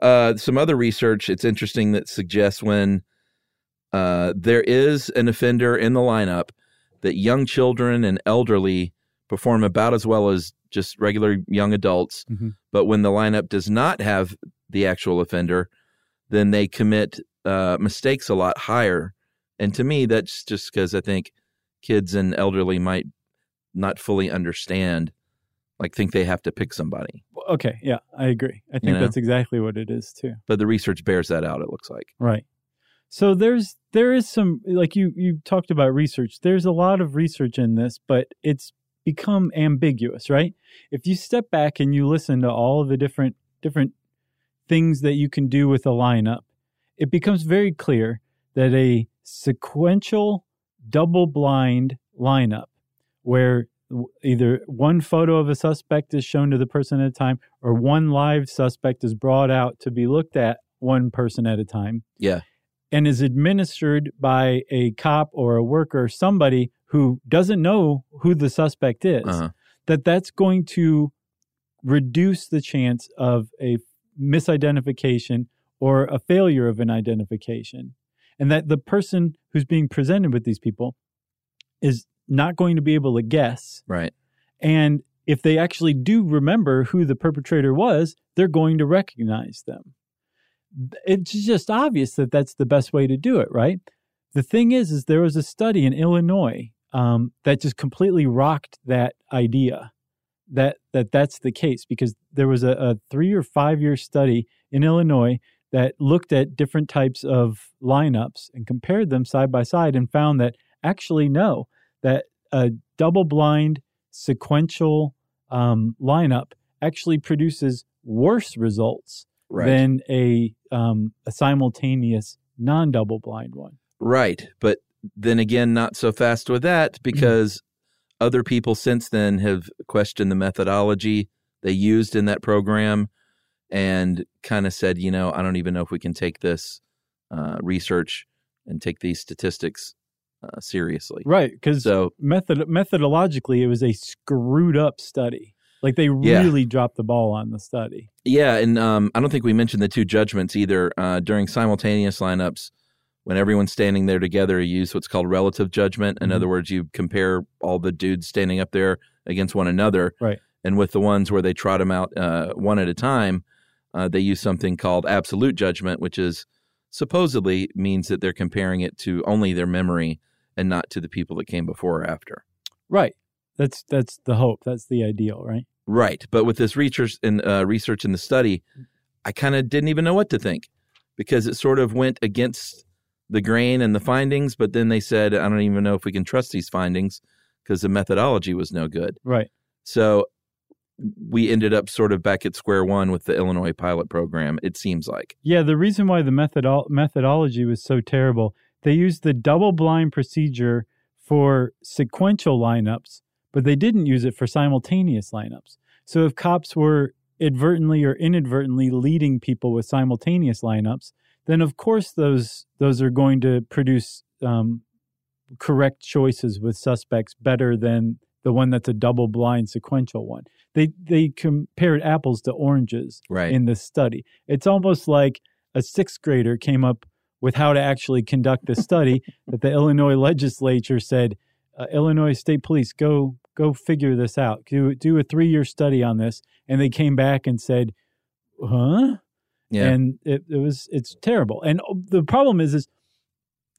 [SPEAKER 6] Uh, some other research it's interesting that suggests when uh, there is an offender in the lineup that young children and elderly perform about as well as just regular young adults.
[SPEAKER 3] Mhm.
[SPEAKER 6] But when the lineup does not have the actual offender, then they commit uh, mistakes a lot higher. And to me, that's just because I think kids and elderly might not fully understand, like think they have to pick somebody.
[SPEAKER 3] Okay, yeah, I agree. I think
[SPEAKER 6] know?
[SPEAKER 3] that's exactly what it is too.
[SPEAKER 6] But the research bears that out. It looks like.
[SPEAKER 3] Right. So there's there is some like you you talked about research. There's a lot of research in this, but it's become ambiguous, right? If you step back and you listen to all of the different different things that you can do with a lineup, it becomes very clear that a sequential double blind lineup where w- either one photo of a suspect is shown to the person at a time or one live suspect is brought out to be looked at one person at a time
[SPEAKER 6] Yeah.
[SPEAKER 3] and is administered by a cop or a worker somebody who doesn't know who the suspect is
[SPEAKER 6] Uh-huh.
[SPEAKER 3] that that's going to reduce the chance of a misidentification or a failure of an identification and that the person who's being presented with these people is not going to be able to guess
[SPEAKER 6] Right.
[SPEAKER 3] and if they actually do remember who the perpetrator was they're going to recognize them it's just obvious that that's the best way to do it right the thing is is there was a study in illinois um, that just completely rocked that idea that that that's the case because there was a, a three or five year study in illinois that looked at different types of lineups and compared them side by side and found that actually no that a double blind sequential um, lineup actually produces worse results
[SPEAKER 6] Right.
[SPEAKER 3] than a um, a simultaneous non double blind one.
[SPEAKER 6] Right. But then again, not so fast with that because other people since then have questioned the methodology they used in that program and kind of said, you know, I don't even know if we can take this uh, research and take these statistics uh, seriously.
[SPEAKER 3] Right, because
[SPEAKER 6] So,
[SPEAKER 3] method methodologically it was a screwed up study. Like they
[SPEAKER 6] Yeah.
[SPEAKER 3] really dropped the ball on the study.
[SPEAKER 6] yeah. And um, I don't think we mentioned the two judgments either. Uh, during simultaneous lineups, when everyone's standing there together, you use what's called relative judgment. In
[SPEAKER 3] Mhm.
[SPEAKER 6] other words, you compare all the dudes standing up there against one another.
[SPEAKER 3] Right.
[SPEAKER 6] And with the ones where they trot them out uh, one at a time, uh, they use something called absolute judgment, which is supposedly means that they're comparing it to only their memory and not to the people that came before or after.
[SPEAKER 3] Right. That's that's the hope. That's the ideal, right?
[SPEAKER 6] Right. But with this research in uh, research in the study, I kind of didn't even know what to think because it sort of went against the grain and the findings. But then they said, I don't even know if we can trust these findings because the methodology was no good.
[SPEAKER 3] Right.
[SPEAKER 6] So we ended up sort of back at square one with the Illinois pilot program. It seems like
[SPEAKER 3] Yeah, the reason why the methodol- methodology was so terrible, they used the double blind procedure for sequential lineups, but they didn't use it for simultaneous lineups. So if cops were advertently or inadvertently leading people with simultaneous lineups, then of course those those are going to produce um, correct choices with suspects better than the one that's a double blind sequential one. They they compared apples to oranges
[SPEAKER 6] right.
[SPEAKER 3] in this study. It's almost like a sixth grader came up with how to actually conduct this study that the Illinois legislature said, uh, Illinois State Police, go go figure this out. Do do a three year study on this, and they came back and said, huh?
[SPEAKER 6] yeah.
[SPEAKER 3] oh, and it, it was it's terrible. And the problem is is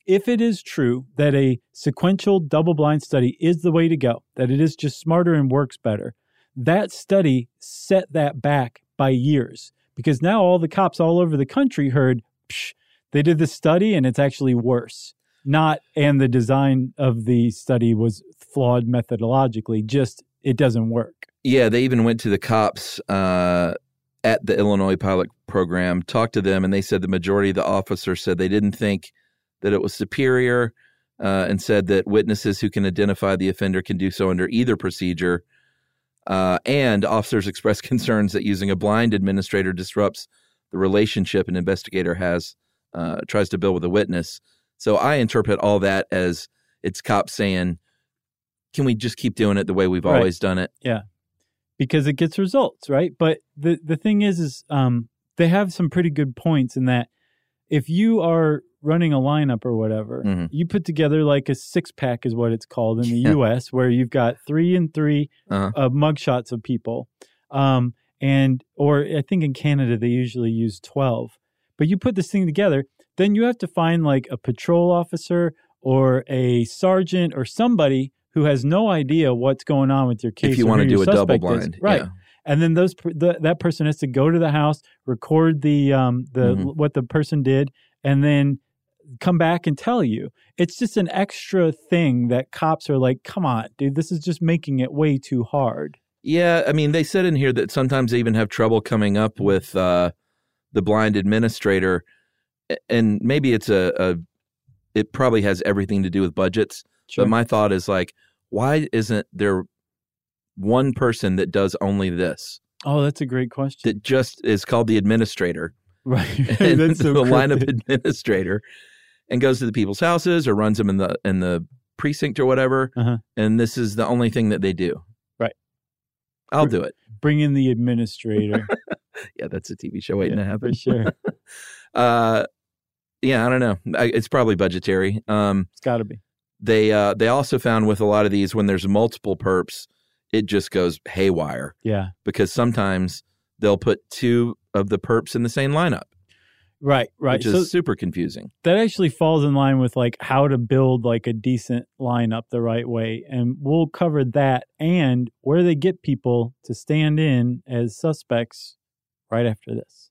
[SPEAKER 3] If it is true that a sequential double blind study is the way to go, that it is just smarter and works better, that study set that back by years because now all the cops all over the country heard Psh, they did the study and it's actually worse. Not and the design of the study was flawed methodologically, just it doesn't work.
[SPEAKER 6] Yeah, they even went to the cops uh, at the Illinois pilot program, talked to them, and they said the majority of the officers said they didn't think that it was superior uh, and said that witnesses who can identify the offender can do so under either procedure. Uh, and officers expressed concerns that using a blind administrator disrupts the relationship an investigator has uh, tries to build with a witness. So I interpret all that as it's cops saying, "Can we just keep doing it the way we've
[SPEAKER 3] Right.
[SPEAKER 6] always done it?"
[SPEAKER 3] Yeah. Because it gets results, right? But the the thing is is um they have some pretty good points in that if you are running a lineup or whatever,
[SPEAKER 6] Mhm.
[SPEAKER 3] you put together like a six pack is what it's called in the
[SPEAKER 6] Yeah.
[SPEAKER 3] US where you've got 3 and 3
[SPEAKER 6] Uh-huh.
[SPEAKER 3] uh, mugshots of people. Um and or I think in Canada they usually use 12. But you put this thing together, then you have to find like a patrol officer or a sergeant or somebody who has no idea what's going on with your case.
[SPEAKER 6] If you
[SPEAKER 3] or
[SPEAKER 6] want to
[SPEAKER 3] who your
[SPEAKER 6] do a double
[SPEAKER 3] suspect is.
[SPEAKER 6] blind,
[SPEAKER 3] right?
[SPEAKER 6] yeah.
[SPEAKER 3] And then those per- the, that person has to go to the house, record the um the
[SPEAKER 6] Mhm.
[SPEAKER 3] what the person did, and then come back and tell you. It's just an extra thing that cops are like, "Come on, dude, this is just making it way too hard."
[SPEAKER 6] Yeah, I mean, they said in here that sometimes they even have trouble coming up with uh, the blind administrator, A- and maybe it's a, a it probably has everything to do with budgets. But my thought is like, why isn't there one person that does only this
[SPEAKER 3] oh, that's a great question.
[SPEAKER 6] that just is called the administrator
[SPEAKER 3] right,
[SPEAKER 6] and
[SPEAKER 3] that's so
[SPEAKER 6] the lineup
[SPEAKER 3] cryptic.
[SPEAKER 6] administrator and goes to the people's houses or runs them in the in the precinct or whatever
[SPEAKER 3] Uh-huh.
[SPEAKER 6] and this is the only thing that they do
[SPEAKER 3] Right.
[SPEAKER 6] i'll do it
[SPEAKER 3] Bring in the administrator
[SPEAKER 6] yeah that's a tv show waiting
[SPEAKER 3] Yeah,
[SPEAKER 6] to happen
[SPEAKER 3] for sure.
[SPEAKER 6] uh yeah i don't know I, it's probably budgetary um
[SPEAKER 3] It's got to be
[SPEAKER 6] they uh they also found with a lot of these when there's multiple perps it just goes haywire
[SPEAKER 3] yeah.
[SPEAKER 6] because sometimes they'll put two of the perps in the same lineup,
[SPEAKER 3] Right, right.
[SPEAKER 6] which
[SPEAKER 3] So-
[SPEAKER 6] is super confusing.
[SPEAKER 3] that actually falls in line with like how to build like a decent lineup the right way and we'll cover that and where they get people to stand in as suspects right after this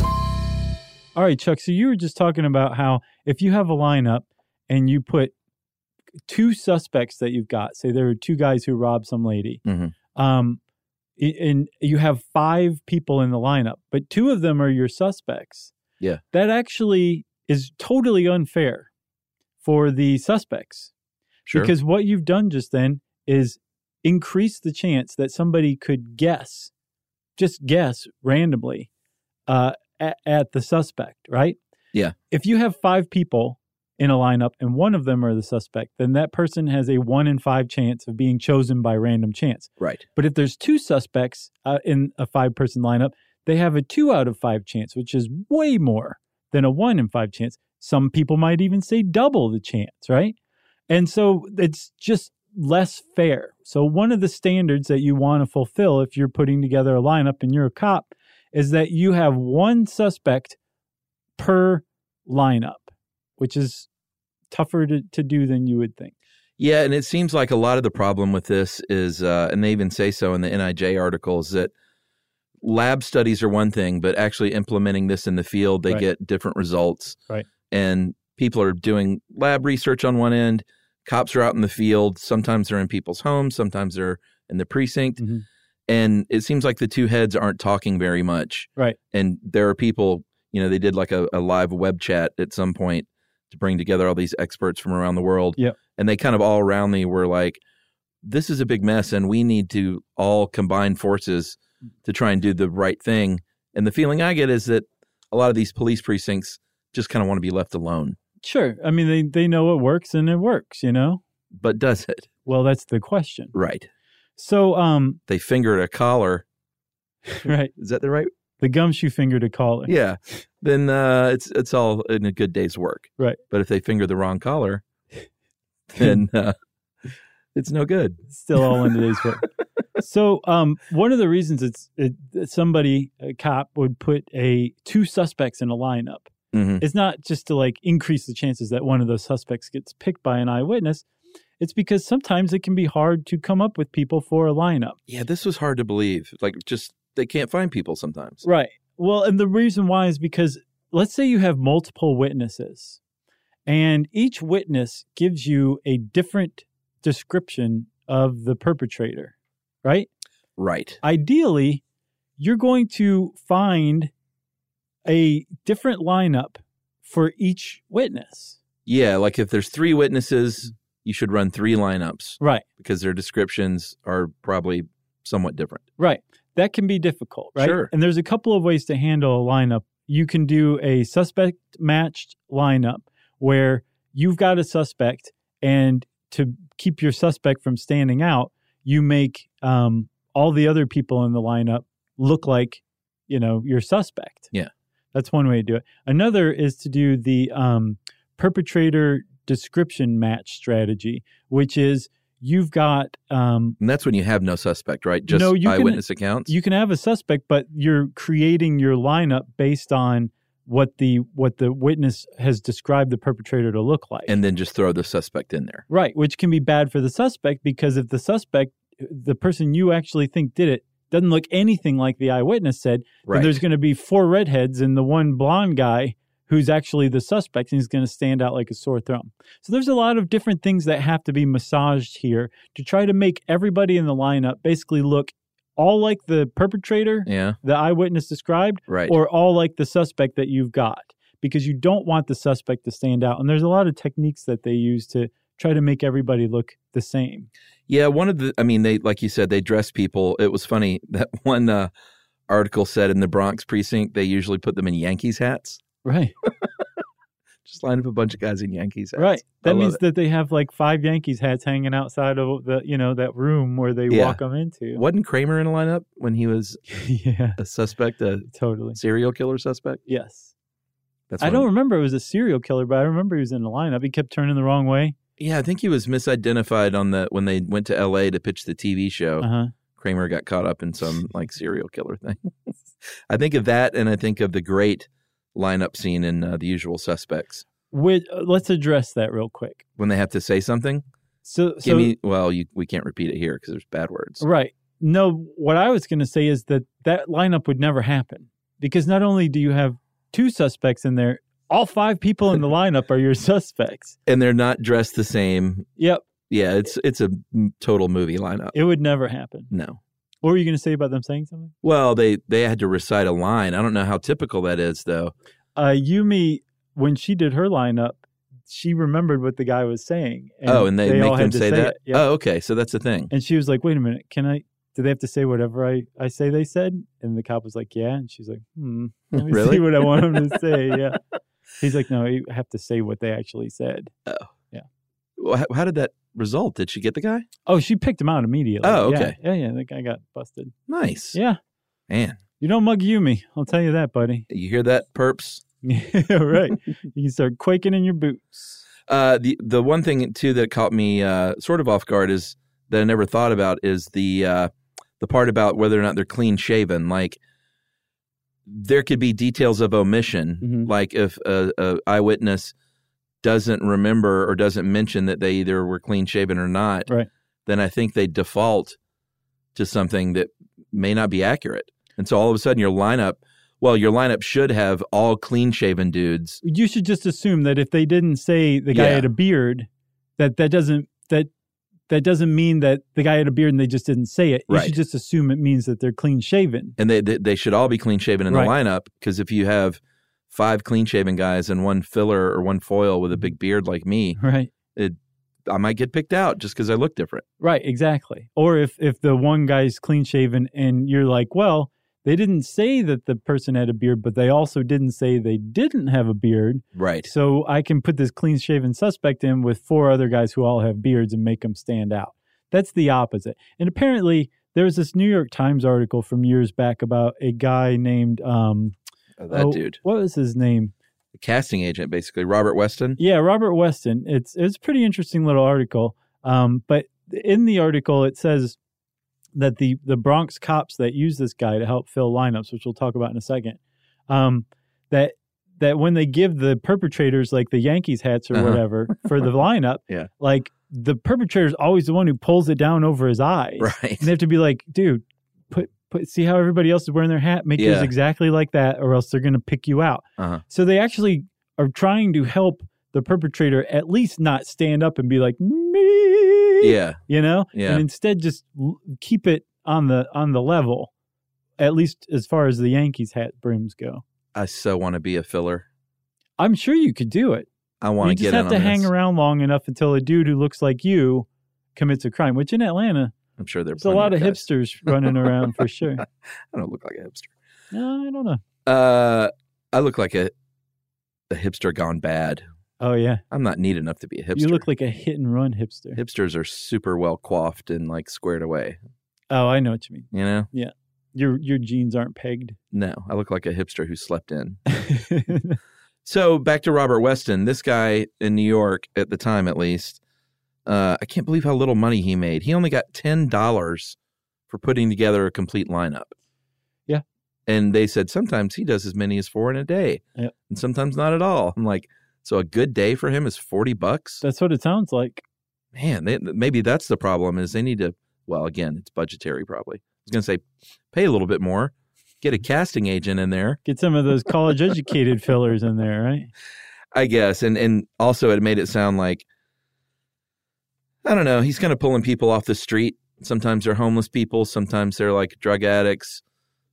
[SPEAKER 3] All right, Chuck. So you were just talking about how if you have a lineup and you put two suspects that you've got, say there are two guys who robbed some lady,
[SPEAKER 6] Mhm.
[SPEAKER 3] um, i- and you have five people in the lineup, but two of them are your suspects.
[SPEAKER 6] Yeah.
[SPEAKER 3] That actually is totally unfair for the suspects
[SPEAKER 6] Sure.
[SPEAKER 3] because what you've done just then is increase the chance that somebody could guess, just guess randomly uh, at, at the suspect, right?
[SPEAKER 6] Yeah.
[SPEAKER 3] If you have five people in a lineup and one of them are the suspect, then that person has a one in five chance of being chosen by random chance.
[SPEAKER 6] right.
[SPEAKER 3] But if there's two suspects uh, in a five person lineup, they have a two out of five chance, which is way more than a one in five chance. Some people might even say double the chance, right? And so it's just less fair. So, one of the standards that you want to fulfill if you're putting together a lineup and you're a cop is that you have one suspect per lineup, which is tougher to, to do than you would think.
[SPEAKER 6] Yeah, and it seems like a lot of the problem with this is, uh, and they even say so in the NIJ articles that lab studies are one thing, but actually implementing this in the field, they
[SPEAKER 3] Right.
[SPEAKER 6] get different results.
[SPEAKER 3] Right.
[SPEAKER 6] And people are doing lab research on one end. Cops are out in the field. Sometimes they're in people's homes. Sometimes they're in the precinct.
[SPEAKER 3] Mhm.
[SPEAKER 6] And it seems like the two heads aren't talking very much.
[SPEAKER 3] Right.
[SPEAKER 6] And there are people, you know, they did like a, a live web chat at some point to bring together all these experts from around the world and they kind of all around me were like this is a big mess and we need to all combine forces to try and do the right thing and the feeling i get is that a lot of these police precincts just kind of want to be left alone
[SPEAKER 3] Sure. I mean, they, they know it works and it works, you know?
[SPEAKER 6] but does it
[SPEAKER 3] Well, that's the question.
[SPEAKER 6] right
[SPEAKER 3] So, um,
[SPEAKER 6] they fingered a collar
[SPEAKER 3] right,
[SPEAKER 6] is that the right
[SPEAKER 3] the gumshoe finger to call it.
[SPEAKER 6] yeah then uh, it's it's all in a good day's work
[SPEAKER 3] Right.
[SPEAKER 6] but if they finger the wrong collar then uh, it's no good
[SPEAKER 3] It's Still all in today's work. So, um, one of the reasons it's it, that somebody, a cop, would put a two suspects in a lineup
[SPEAKER 6] Mhm.
[SPEAKER 3] It's not just to like increase the chances that one of those suspects gets picked by an eyewitness. It's because sometimes it can be hard to come up with people for a lineup.
[SPEAKER 6] yeah this was hard to believe like just they can't find people sometimes
[SPEAKER 3] Right. Well, and the reason why is because let's say you have multiple witnesses, and each witness gives you a different description of the perpetrator, right?
[SPEAKER 6] right
[SPEAKER 3] Ideally, you're going to find a different lineup for each witness.
[SPEAKER 6] Yeah, like if there's three witnesses, you should run three lineups
[SPEAKER 3] Right.
[SPEAKER 6] because their descriptions are probably somewhat different.
[SPEAKER 3] Right. That can be difficult, right?
[SPEAKER 6] Sure.
[SPEAKER 3] And there's a couple of ways to handle a lineup. You can do a suspect matched lineup where you've got a suspect, and to keep your suspect from standing out, you make um, all the other people in the lineup look like, you know, your suspect.
[SPEAKER 6] Yeah.
[SPEAKER 3] That's one way to do it. Another is to do the um, perpetrator description match strategy, which is you've got um,
[SPEAKER 6] And that's when you have no suspect, right? Just
[SPEAKER 3] No, you can-
[SPEAKER 6] eyewitness accounts.
[SPEAKER 3] you can have a suspect, but you're creating your lineup based on what the what the witness has described the perpetrator to look like.
[SPEAKER 6] and then just throw the suspect in there.
[SPEAKER 3] right, which can be bad for the suspect because if the suspect, the person you actually think did it, doesn't look anything like the eyewitness said,
[SPEAKER 6] Right.
[SPEAKER 3] then there's going to be four redheads and the one blonde guy who's actually the suspect and he's going to stand out like a sore thumb. So there's a lot of different things that have to be massaged here to try to make everybody in the lineup basically look all like the perpetrator
[SPEAKER 6] yeah,
[SPEAKER 3] the eyewitness described
[SPEAKER 6] right.
[SPEAKER 3] or all like the suspect that you've got because you don't want the suspect to stand out and there's a lot of techniques that they use to try to make everybody look the same
[SPEAKER 6] yeah, one of the, I mean, they, like you said, they dress people. It was funny that one uh, article said in the Bronx precinct, they usually put them in Yankees hats.
[SPEAKER 3] right
[SPEAKER 6] Just line up a bunch of guys in Yankees hats.
[SPEAKER 3] right
[SPEAKER 6] I
[SPEAKER 3] that
[SPEAKER 6] love
[SPEAKER 3] means
[SPEAKER 6] it.
[SPEAKER 3] that they have like five yankees hats hanging outside of the you know that room where they
[SPEAKER 6] Yeah.
[SPEAKER 3] walk them into
[SPEAKER 6] Wasn't Kramer in a lineup when he was
[SPEAKER 3] yeah
[SPEAKER 6] a suspect, a
[SPEAKER 3] totally
[SPEAKER 6] serial killer suspect?
[SPEAKER 3] yes
[SPEAKER 6] That's
[SPEAKER 3] i
[SPEAKER 6] what
[SPEAKER 3] don't
[SPEAKER 6] I'm-
[SPEAKER 3] remember it was a serial killer but i remember he was in the lineup he kept turning the wrong way
[SPEAKER 6] Yeah, I think he was misidentified on the when they went to L.A. to pitch the TV show.
[SPEAKER 3] uh-huh
[SPEAKER 6] Kramer got caught up in some like serial killer thing. I think of that, and I think of the great lineup scene in uh, The Usual Suspects
[SPEAKER 3] With, uh, let's address that real quick
[SPEAKER 6] when they have to say something.
[SPEAKER 3] so
[SPEAKER 6] Give
[SPEAKER 3] so
[SPEAKER 6] me well, you, we can't repeat it here because there's bad words.
[SPEAKER 3] Right. No, what I was going to say is that that lineup would never happen because not only do you have two suspects in there. All five people in the lineup are your suspects.
[SPEAKER 6] and they're not dressed the same.
[SPEAKER 3] Yep,
[SPEAKER 6] Yeah, it's it's a m- total movie lineup.
[SPEAKER 3] it would never happen.
[SPEAKER 6] No.
[SPEAKER 3] What were you going to say about them saying something?
[SPEAKER 6] Well, they they had to recite a line. I don't know how typical that is though.
[SPEAKER 3] uh, Yumi, when she did her lineup, she remembered what the guy was saying.
[SPEAKER 6] oh, and they,
[SPEAKER 3] all
[SPEAKER 6] make them
[SPEAKER 3] had to
[SPEAKER 6] say that.
[SPEAKER 3] It. Yeah.
[SPEAKER 6] Oh, okay. So that's the thing.
[SPEAKER 3] And she was like, wait a minute, can I? Do they have to say whatever I, I say they said? And the cop was like, yeah. And she's like, hmm, let me
[SPEAKER 6] Really?
[SPEAKER 3] see what I want them to say. Yeah. He's like, no, you have to say what they actually said.
[SPEAKER 6] Well, how, how did that result? Did she get the guy?
[SPEAKER 3] Oh, she picked him out immediately.
[SPEAKER 6] Oh,
[SPEAKER 3] Yeah.
[SPEAKER 6] okay.
[SPEAKER 3] Yeah, yeah. The guy got busted.
[SPEAKER 6] Nice.
[SPEAKER 3] Yeah.
[SPEAKER 6] Man,
[SPEAKER 3] You don't mug Yumi. I'll tell you that, buddy.
[SPEAKER 6] you hear that, perps?
[SPEAKER 3] Yeah, right. you can start quaking in your boots.
[SPEAKER 6] Uh, the the one thing too that caught me uh, sort of off guard is that I never thought about is the uh, the part about whether or not they're clean shaven. Like there could be details of omission,
[SPEAKER 3] Mhm.
[SPEAKER 6] like if a, a eyewitness doesn't remember or doesn't mention that they either were clean shaven or not,
[SPEAKER 3] Right.
[SPEAKER 6] then I think they default to something that may not be accurate, and so all of a sudden your lineup. Well, your lineup should have all clean shaven dudes.
[SPEAKER 3] you should just assume that if they didn't say the guy
[SPEAKER 6] Yeah.
[SPEAKER 3] had a beard, that that doesn't that that doesn't mean that the guy had a beard and they just didn't say it. You
[SPEAKER 6] Right.
[SPEAKER 3] should just assume it means that they're clean shaven.
[SPEAKER 6] and they they, they should all be clean shaven in
[SPEAKER 3] Right.
[SPEAKER 6] the lineup because if you have five clean shaven guys and one filler or one foil with a big beard like me,
[SPEAKER 3] Right.
[SPEAKER 6] I might get picked out just because I look different.
[SPEAKER 3] Right, exactly. Or if if the one guy's clean shaven and you're like, well, they didn't say that the person had a beard, but they also didn't say they didn't have a beard.
[SPEAKER 6] Right.
[SPEAKER 3] So I can put this clean shaven suspect in with four other guys who all have beards and make them stand out. That's the opposite. And apparently, there was this New York Times article from years back about a guy named um,
[SPEAKER 6] that
[SPEAKER 3] oh,
[SPEAKER 6] dude,
[SPEAKER 3] What was his name?
[SPEAKER 6] the casting agent, basically Robert Weston.
[SPEAKER 3] Yeah, Robert Weston. It's it's a pretty interesting little article. Um, but in the article, it says that the the Bronx cops that use this guy to help fill lineups, which we'll talk about in a second, um, that that when they give the perpetrators like the Yankees hats or
[SPEAKER 6] Uh-huh.
[SPEAKER 3] whatever for the lineup,
[SPEAKER 6] Yeah.
[SPEAKER 3] like the perpetrator's always the one who pulls it down over his eyes.
[SPEAKER 6] Right.
[SPEAKER 3] And they have to be like, dude, put put see how everybody else is wearing their hat. Make yours
[SPEAKER 6] Yeah.
[SPEAKER 3] exactly like that, or else they're gonna pick you out.
[SPEAKER 6] Uh-huh.
[SPEAKER 3] So they actually are trying to help the perpetrator at least not stand up and be like me.
[SPEAKER 6] Yeah.
[SPEAKER 3] You know?
[SPEAKER 6] Yeah.
[SPEAKER 3] And instead just l- keep it on the on the level. At least as far as the Yankees hat brims go.
[SPEAKER 6] I so want to be a filler.
[SPEAKER 3] I'm sure you could do it.
[SPEAKER 6] I want
[SPEAKER 3] you
[SPEAKER 6] to get
[SPEAKER 3] just have
[SPEAKER 6] in
[SPEAKER 3] to
[SPEAKER 6] on
[SPEAKER 3] hang
[SPEAKER 6] this.
[SPEAKER 3] around long enough until a dude who looks like you commits a crime, which in Atlanta,
[SPEAKER 6] I'm sure there's
[SPEAKER 3] there's a lot of
[SPEAKER 6] guys.
[SPEAKER 3] hipsters running around for sure.
[SPEAKER 6] I don't look like a hipster.
[SPEAKER 3] No, I don't know.
[SPEAKER 6] Uh, I look like a a hipster gone bad.
[SPEAKER 3] Oh yeah,
[SPEAKER 6] I'm not neat enough to be a hipster.
[SPEAKER 3] you look like a hit and run hipster.
[SPEAKER 6] hipsters are super well coiffed and like squared away.
[SPEAKER 3] Oh, I know what you mean.
[SPEAKER 6] You know.
[SPEAKER 3] Your your jeans aren't pegged.
[SPEAKER 6] No, I look like a hipster who slept in. So back to Robert Weston. This guy in New York at the time, at least, uh, I can't believe how little money he made. He only got ten dollars for putting together a complete lineup.
[SPEAKER 3] Yeah.
[SPEAKER 6] and they said sometimes he does as many as four in a day,
[SPEAKER 3] Yeah.
[SPEAKER 6] and sometimes not at all. I'm like, so a good day for him is forty bucks.
[SPEAKER 3] That's what it sounds like.
[SPEAKER 6] Man, they, maybe that's the problem. Is they need to. Well, again, it's budgetary. Probably. I was going to say, pay a little bit more, get a casting agent in there.
[SPEAKER 3] Get some of those college educated fillers in there, right?
[SPEAKER 6] I guess, and and also it made it sound like I don't know. He's kind of pulling people off the street. Sometimes they're homeless people. Sometimes they're like drug addicts.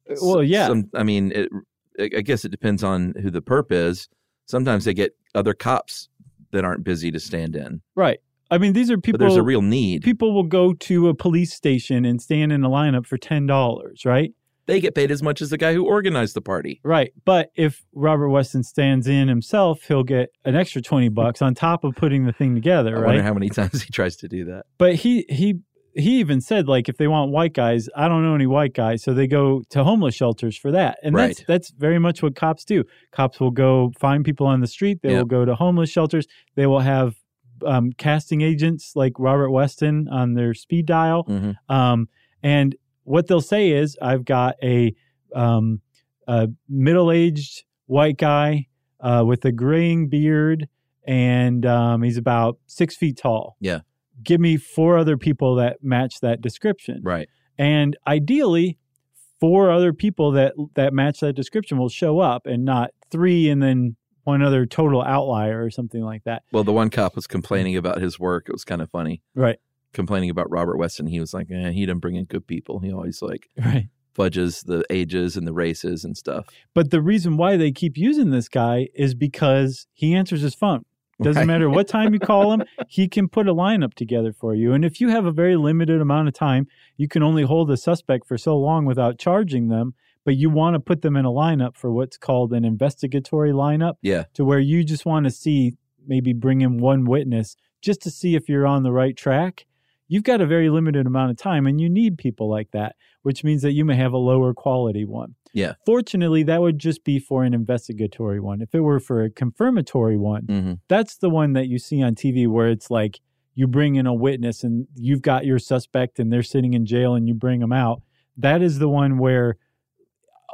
[SPEAKER 6] S-
[SPEAKER 3] Uh, Well, yeah.
[SPEAKER 6] Some, I mean, it, I I guess it depends on who the perp is. Sometimes they get other cops that aren't busy to stand in.
[SPEAKER 3] Right. I mean, these are
[SPEAKER 6] But
[SPEAKER 3] people.
[SPEAKER 6] there's a real need.
[SPEAKER 3] people will go to a police station and stand in a lineup for ten dollars, right?
[SPEAKER 6] they get paid as much as the guy who organized the party.
[SPEAKER 3] Right. But if Robert Weston stands in himself, he'll get an extra twenty bucks on top of putting the thing together,
[SPEAKER 6] I
[SPEAKER 3] right?
[SPEAKER 6] wonder how many times he tries to do that.
[SPEAKER 3] but he he he even said like if they want white guys i don't know any white guys so they go to homeless shelters for that and that's
[SPEAKER 6] Right.
[SPEAKER 3] that's very much what cops do cops will go find people on the street they
[SPEAKER 6] Yeah.
[SPEAKER 3] will go to homeless shelters they will have um, casting agents like robert weston on their speed dial
[SPEAKER 6] Mhm.
[SPEAKER 3] um, and what they'll say is i've got a, um, a middle-aged white guy uh, with a graying beard and um, he's about six feet tall give me four other people that match that description.
[SPEAKER 6] Right.
[SPEAKER 3] And ideally, four other people that that match that description will show up and not three and then one other total outlier or something like that.
[SPEAKER 6] Well, the one cop was complaining about his work. It was kind of funny.
[SPEAKER 3] Right.
[SPEAKER 6] Complaining about Robert Weston. He was like, eh, he didn't bring in good people. He always like
[SPEAKER 3] Right.
[SPEAKER 6] fudges the ages and the races and stuff.
[SPEAKER 3] But the reason why they keep using this guy is because he answers his phone. Doesn't
[SPEAKER 6] Right.
[SPEAKER 3] matter what time you call him, he can put a lineup together for you. And if you have a very limited amount of time, you can only hold a suspect for so long without charging them. But you want to put them in a lineup for what's called an investigatory lineup
[SPEAKER 6] Yeah.
[SPEAKER 3] to where you just want to see maybe bring in one witness just to see if you're on the right track. You've got a very limited amount of time and you need people like that, which means that you may have a lower quality one.
[SPEAKER 6] Yeah.
[SPEAKER 3] Fortunately, that would just be for an investigatory one. If it were for a confirmatory one,
[SPEAKER 6] Mm-hmm.
[SPEAKER 3] that's the one that you see on TV where it's like you bring in a witness and you've got your suspect and they're sitting in jail and you bring them out. That is the one where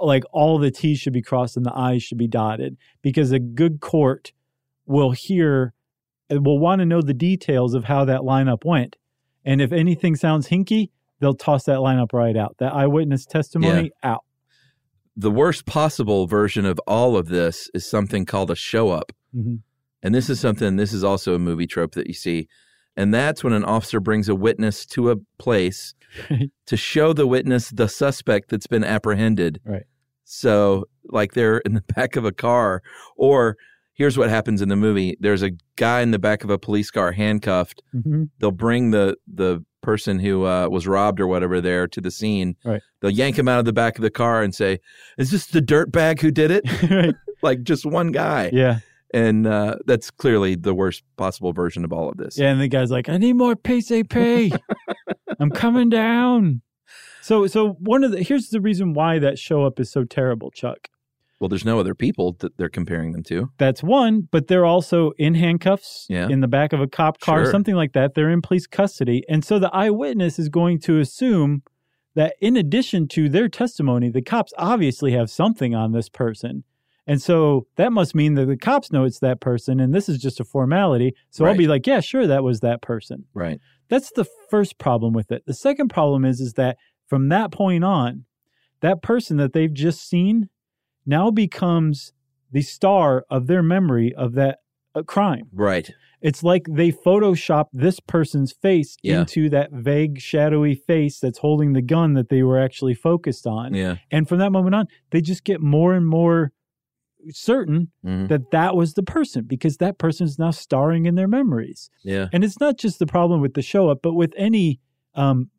[SPEAKER 3] like all the T's should be crossed and the I's should be dotted because a good court will hear and will want to know the details of how that lineup went. And if anything sounds hinky, they'll toss that lineup right out. That eyewitness testimony out.
[SPEAKER 6] The worst possible version of all of this is something called a show up.
[SPEAKER 3] Mhm.
[SPEAKER 6] And this is something, this is also a movie trope that you see. And that's when an officer brings a witness to a place to show the witness the suspect that's been apprehended.
[SPEAKER 3] Right.
[SPEAKER 6] So, like they're in the back of a car. Or here's what happens in the movie there's a guy in the back of a police car handcuffed.
[SPEAKER 3] Mhm.
[SPEAKER 6] They'll bring the, the person who uh, was robbed or whatever there to the scene.
[SPEAKER 3] Right.
[SPEAKER 6] They'll yank him out of the back of the car and say, Is this the dirtbag who did it?
[SPEAKER 3] right.
[SPEAKER 6] like just one guy
[SPEAKER 3] Yeah.
[SPEAKER 6] and uh, that's clearly the worst possible version of all of this.
[SPEAKER 3] Yeah, and the guy's like, "I need more pay. I'm coming down." So, so one of the here's the reason why that show up is so terrible, Chuck.
[SPEAKER 6] Well, there's no other people that they're comparing them to.
[SPEAKER 3] That's one, but they're also in handcuffs
[SPEAKER 6] Yeah.
[SPEAKER 3] in the back of a cop car,
[SPEAKER 6] Sure.
[SPEAKER 3] something like that. They're in police custody, and so the eyewitness is going to assume that in addition to their testimony, the cops obviously have something on this person. And so that must mean that the cops know it's that person, and this is just a formality. So I'll
[SPEAKER 6] Right.
[SPEAKER 3] be like, yeah, sure, that was that person.
[SPEAKER 6] Right.
[SPEAKER 3] That's the first problem with it. The second problem is is that from that point on, that person that they've just seen now becomes the star of their memory of that uh, crime.
[SPEAKER 6] Right.
[SPEAKER 3] It's like they photoshopped this person's face
[SPEAKER 6] Yeah.
[SPEAKER 3] into that vague, shadowy face that's holding the gun that they were actually focused on.
[SPEAKER 6] Yeah.
[SPEAKER 3] And from that moment on, they just get more and more certain
[SPEAKER 6] Mhm.
[SPEAKER 3] that that was the person because that person is now starring in their memories.
[SPEAKER 6] Yeah.
[SPEAKER 3] And it's not just the problem with the show up, but with any um,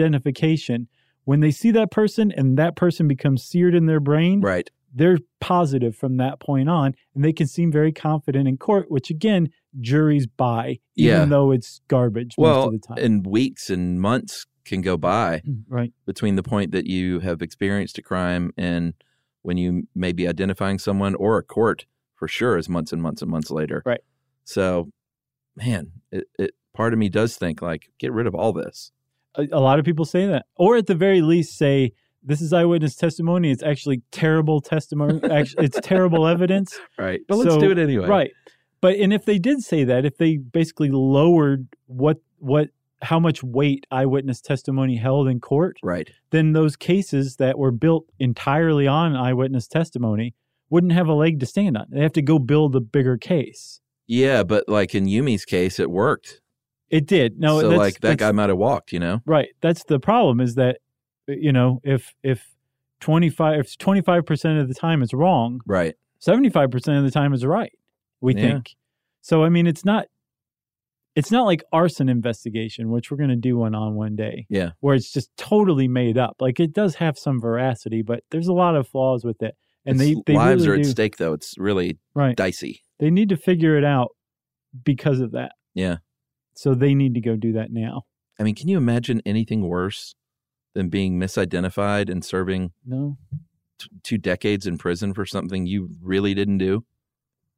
[SPEAKER 3] misidentification. When they see that person and that person becomes seared in their brain,
[SPEAKER 6] Right.
[SPEAKER 3] they're positive from that point on, and they can seem very confident in court, which again, juries buy, even
[SPEAKER 6] Yeah.
[SPEAKER 3] though it's garbage most
[SPEAKER 6] Well,
[SPEAKER 3] of the time.
[SPEAKER 6] and weeks and months can go by
[SPEAKER 3] right.
[SPEAKER 6] between the point that you have experienced a crime and when you may be identifying someone or a court for sure is months and months and months later.
[SPEAKER 3] Right.
[SPEAKER 6] So, man, it, it part of me does think like get rid of all this.
[SPEAKER 3] A, a lot of people say that, or at the very least, say this is eyewitness testimony. It's actually terrible testimony. actually, it's terrible evidence.
[SPEAKER 6] Right. But let's
[SPEAKER 3] So-
[SPEAKER 6] do it anyway.
[SPEAKER 3] Right. But and if they did say that, if they basically lowered what what how much weight eyewitness testimony held in court,
[SPEAKER 6] Right.
[SPEAKER 3] then those cases that were built entirely on eyewitness testimony wouldn't have a leg to stand on. They have to go build a bigger case.
[SPEAKER 6] Yeah, but like in Yumi's case, it worked.
[SPEAKER 3] It did. No,
[SPEAKER 6] so
[SPEAKER 3] that's,
[SPEAKER 6] like that guy
[SPEAKER 3] that's-
[SPEAKER 6] might have walked, you know.
[SPEAKER 3] Right. That's the problem is that you know, if if 25 if 25% of the time it's wrong,
[SPEAKER 6] Right.
[SPEAKER 3] 75% of the time is right we
[SPEAKER 6] Yeah.
[SPEAKER 3] think so i mean it's not it's not like arson investigation which we're going to do one on one day
[SPEAKER 6] Yeah.
[SPEAKER 3] where it's just totally made up like it does have some veracity but there's a lot of flaws with it and
[SPEAKER 6] It's-
[SPEAKER 3] they, they
[SPEAKER 6] lives
[SPEAKER 3] really
[SPEAKER 6] are at
[SPEAKER 3] do,
[SPEAKER 6] stake, though. It's really
[SPEAKER 3] right
[SPEAKER 6] dicey.
[SPEAKER 3] they need to figure it out because of that
[SPEAKER 6] Yeah.
[SPEAKER 3] so they need to go do that now
[SPEAKER 6] I mean, can you imagine anything worse than being misidentified and serving
[SPEAKER 3] no
[SPEAKER 6] t- two decades in prison for something you really didn't do?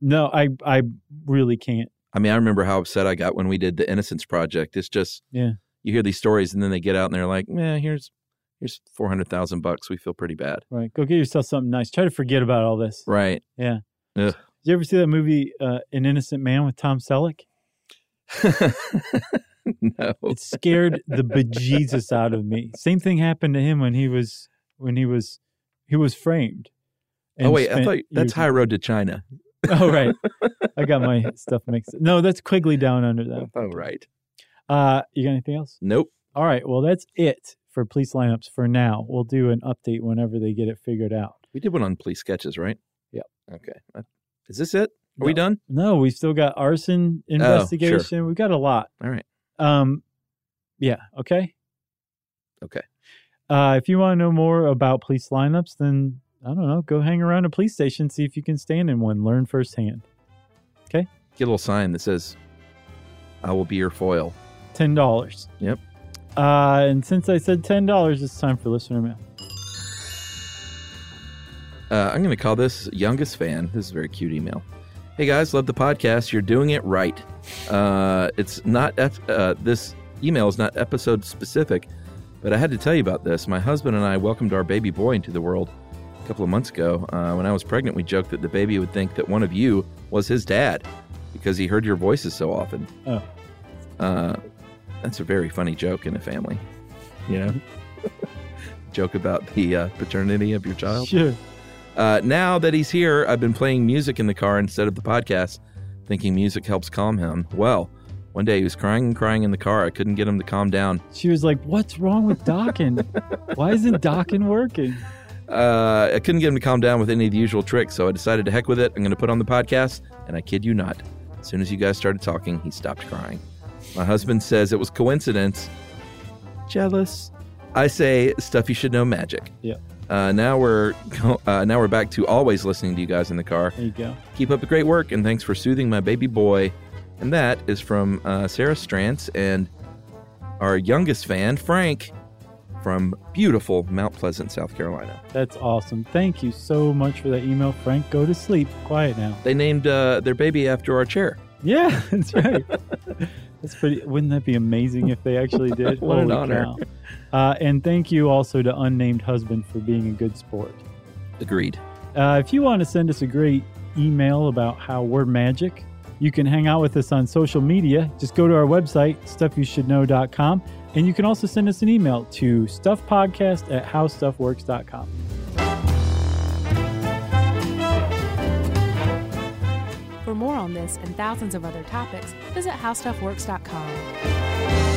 [SPEAKER 3] no i i really can't
[SPEAKER 6] I mean, I remember how upset I got when we did the Innocence Project. It's just,
[SPEAKER 3] Yeah.
[SPEAKER 6] you hear these stories and then they get out and they're like, man, here's here's four hundred thousand bucks. We feel pretty bad,
[SPEAKER 3] right go get yourself something nice try to forget about all this
[SPEAKER 6] right?
[SPEAKER 3] did you ever see that movie uh, an innocent man with tom selleck
[SPEAKER 6] no,
[SPEAKER 3] it scared the bejesus out of me. Same thing happened to him when he was when he was he was framed,
[SPEAKER 6] oh wait, I thought that's High Road to China.
[SPEAKER 3] oh right, I got my stuff mixed. No, that's Quigley Down Under though.
[SPEAKER 6] Oh right.
[SPEAKER 3] Uh, you got anything else?
[SPEAKER 6] Nope.
[SPEAKER 3] All right. Well, that's it for police lineups for now. We'll do an update whenever they get it figured out.
[SPEAKER 6] We did one on police sketches, right?
[SPEAKER 3] Yep.
[SPEAKER 6] Okay. Uh, Is this it? Are we done?
[SPEAKER 3] No, we still got arson
[SPEAKER 6] Oh,
[SPEAKER 3] investigation. We've got a lot.
[SPEAKER 6] All right.
[SPEAKER 3] Um, yeah. Okay.
[SPEAKER 6] Okay.
[SPEAKER 3] Uh, if you want to know more about police lineups, then I don't know. Go hang around a police station, see if you can stand in one, learn firsthand.
[SPEAKER 6] Get a little sign that says, "I will be your foil."
[SPEAKER 3] Ten dollars.
[SPEAKER 6] Yep.
[SPEAKER 3] Uh, and since I said ten dollars, it's time for listener mail.
[SPEAKER 6] Uh, I'm going to call this youngest fan. This is a very cute email. Hey guys, love the podcast. You're doing it right. Uh, it's not ep- uh, this email is not episode specific, but I had to tell you about this. My husband and I welcomed our baby boy into the world a couple of months ago. Uh, when I was pregnant, we joked that the baby would think that one of you was his dad because he heard your voices so often.
[SPEAKER 3] Oh.
[SPEAKER 6] Uh, that's a very funny joke in a family. You know, joke about the uh, paternity of your child.
[SPEAKER 3] Sure.
[SPEAKER 6] Uh, now that he's here, I've been playing music in the car instead of the podcast, thinking music helps calm him. Well, one day he was crying and crying in the car. I couldn't get him to calm down.
[SPEAKER 3] She was like, "What's wrong with docking? Why isn't docking working?"
[SPEAKER 6] Uh, I couldn't get him to calm down with any of the usual tricks, so I decided to heck with it. I'm going to put on the podcast, and I kid you not. As soon as you guys started talking, he stopped crying. My husband says it was coincidence. Jealous. I say stuff you should know magic.
[SPEAKER 3] Yeah.
[SPEAKER 6] Uh, now we're uh, now we're back to always listening to you guys in the car.
[SPEAKER 3] There you go.
[SPEAKER 6] Keep up the great work, and thanks for soothing my baby boy. And that is from uh, Sarah Strantz and our youngest fan, Frank, from beautiful Mount Pleasant, South Carolina.
[SPEAKER 3] That's awesome. Thank you so much for that email, Frank. Go to sleep. Quiet now.
[SPEAKER 6] They named uh, their baby after our chair.
[SPEAKER 3] Yeah, that's right. that's pretty. Wouldn't that be amazing if they actually did?
[SPEAKER 6] What an
[SPEAKER 3] Holy
[SPEAKER 6] honor.
[SPEAKER 3] cow. Uh, and thank you also to unnamed husband for being a good sport.
[SPEAKER 6] Agreed.
[SPEAKER 3] Uh, if you want to send us a great email about how we're magic, you can hang out with us on social media. Just go to our website, stuffyoushouldknow.com. And you can also send us an email to stuffpodcast at howstuffworks.com.
[SPEAKER 2] For more on this and thousands of other topics, visit howstuffworks.com.